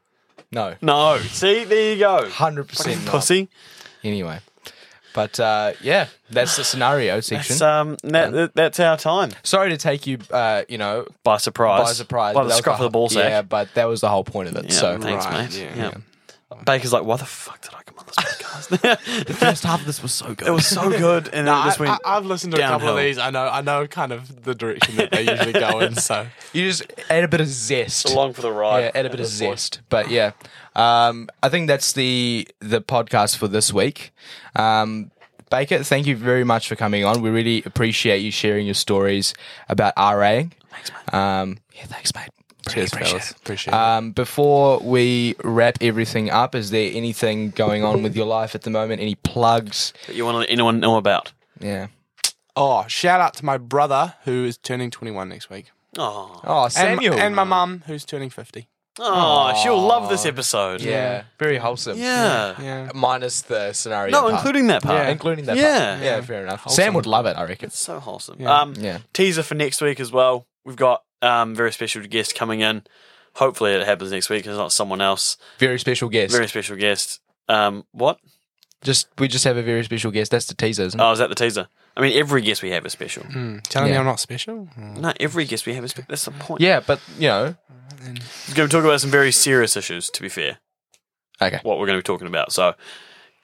S1: No.
S2: No. See, there you go.
S1: Hundred percent. not.
S2: Pussy.
S1: Anyway. But uh, yeah, that's the scenario section.
S2: That's um. That, that's our time.
S1: Sorry to take you, uh, you know,
S2: By surprise.
S1: by surprise.
S2: By
S1: but
S2: the
S1: that was
S2: scruff of the ball sack.
S1: Yeah, but that was the whole point of it.
S2: Yeah,
S1: so
S2: thanks,
S3: Right,
S2: mate.
S3: yeah,
S2: Yeah, Baker's like, why the fuck did I come on this podcast?
S1: first half of this was so good.
S2: it was so good, and then it just
S3: I,
S2: went.
S3: I, I've listened to a couple of
S2: downhill.
S3: these. I know, I know, kind of the direction that they usually go in. So
S1: you just add a bit of zest.
S2: along for the ride.
S1: yeah, add a bit of zest. But yeah, um, I think that's the the podcast for this week. Um, Baker, thank you very much for coming on. We really appreciate you sharing your stories about RAing. Thanks, mate. Um, yeah, thanks, mate. Really
S3: cheers, fellas. Appreciate it.
S1: Um, before we wrap everything up, is there anything going on with your life at the moment? Any plugs?
S2: That you want to let anyone know about?
S1: Yeah.
S3: oh, shout out to my brother who is turning 21 next week,
S2: Oh,
S1: Oh,
S3: and,
S1: Samuel.
S3: and my mum who's turning 50.
S2: oh, she'll love this episode.
S1: yeah, very wholesome.
S2: yeah.
S3: Yeah,
S1: Minus the scenario.
S2: No,
S1: part.
S2: including that part.
S1: Yeah, including that.
S2: Yeah.
S1: part. yeah, fair enough. Sam would love it, I reckon.
S2: So wholesome.
S3: Yeah.
S2: Um,
S1: Yeah.
S2: Teaser for next week as well. We've got um very special guest coming in. Hopefully, it happens next week. It's not someone else.
S1: Very special guest.
S2: Very special guest. Um, what?
S1: Just we just have a very special guest. That's the teaser, isn't it?
S2: Oh, is that the teaser? I mean, every guest we have is special.
S1: Mm.
S3: Hmm. telling
S1: Yeah.
S3: me I'm not special. Mm.
S2: No, every guest we have is special. That's the point.
S1: yeah, but you know,
S2: We're going to talk about some very serious issues, to be fair,
S1: okay.
S2: what we're going to be talking about. So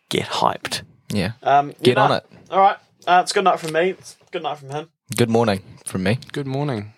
S2: get hyped.
S1: Yeah.
S2: Um,
S1: Get on it.
S2: All right. Uh, it's good night from me. It's good night from him.
S1: Good morning from me.
S3: Good morning.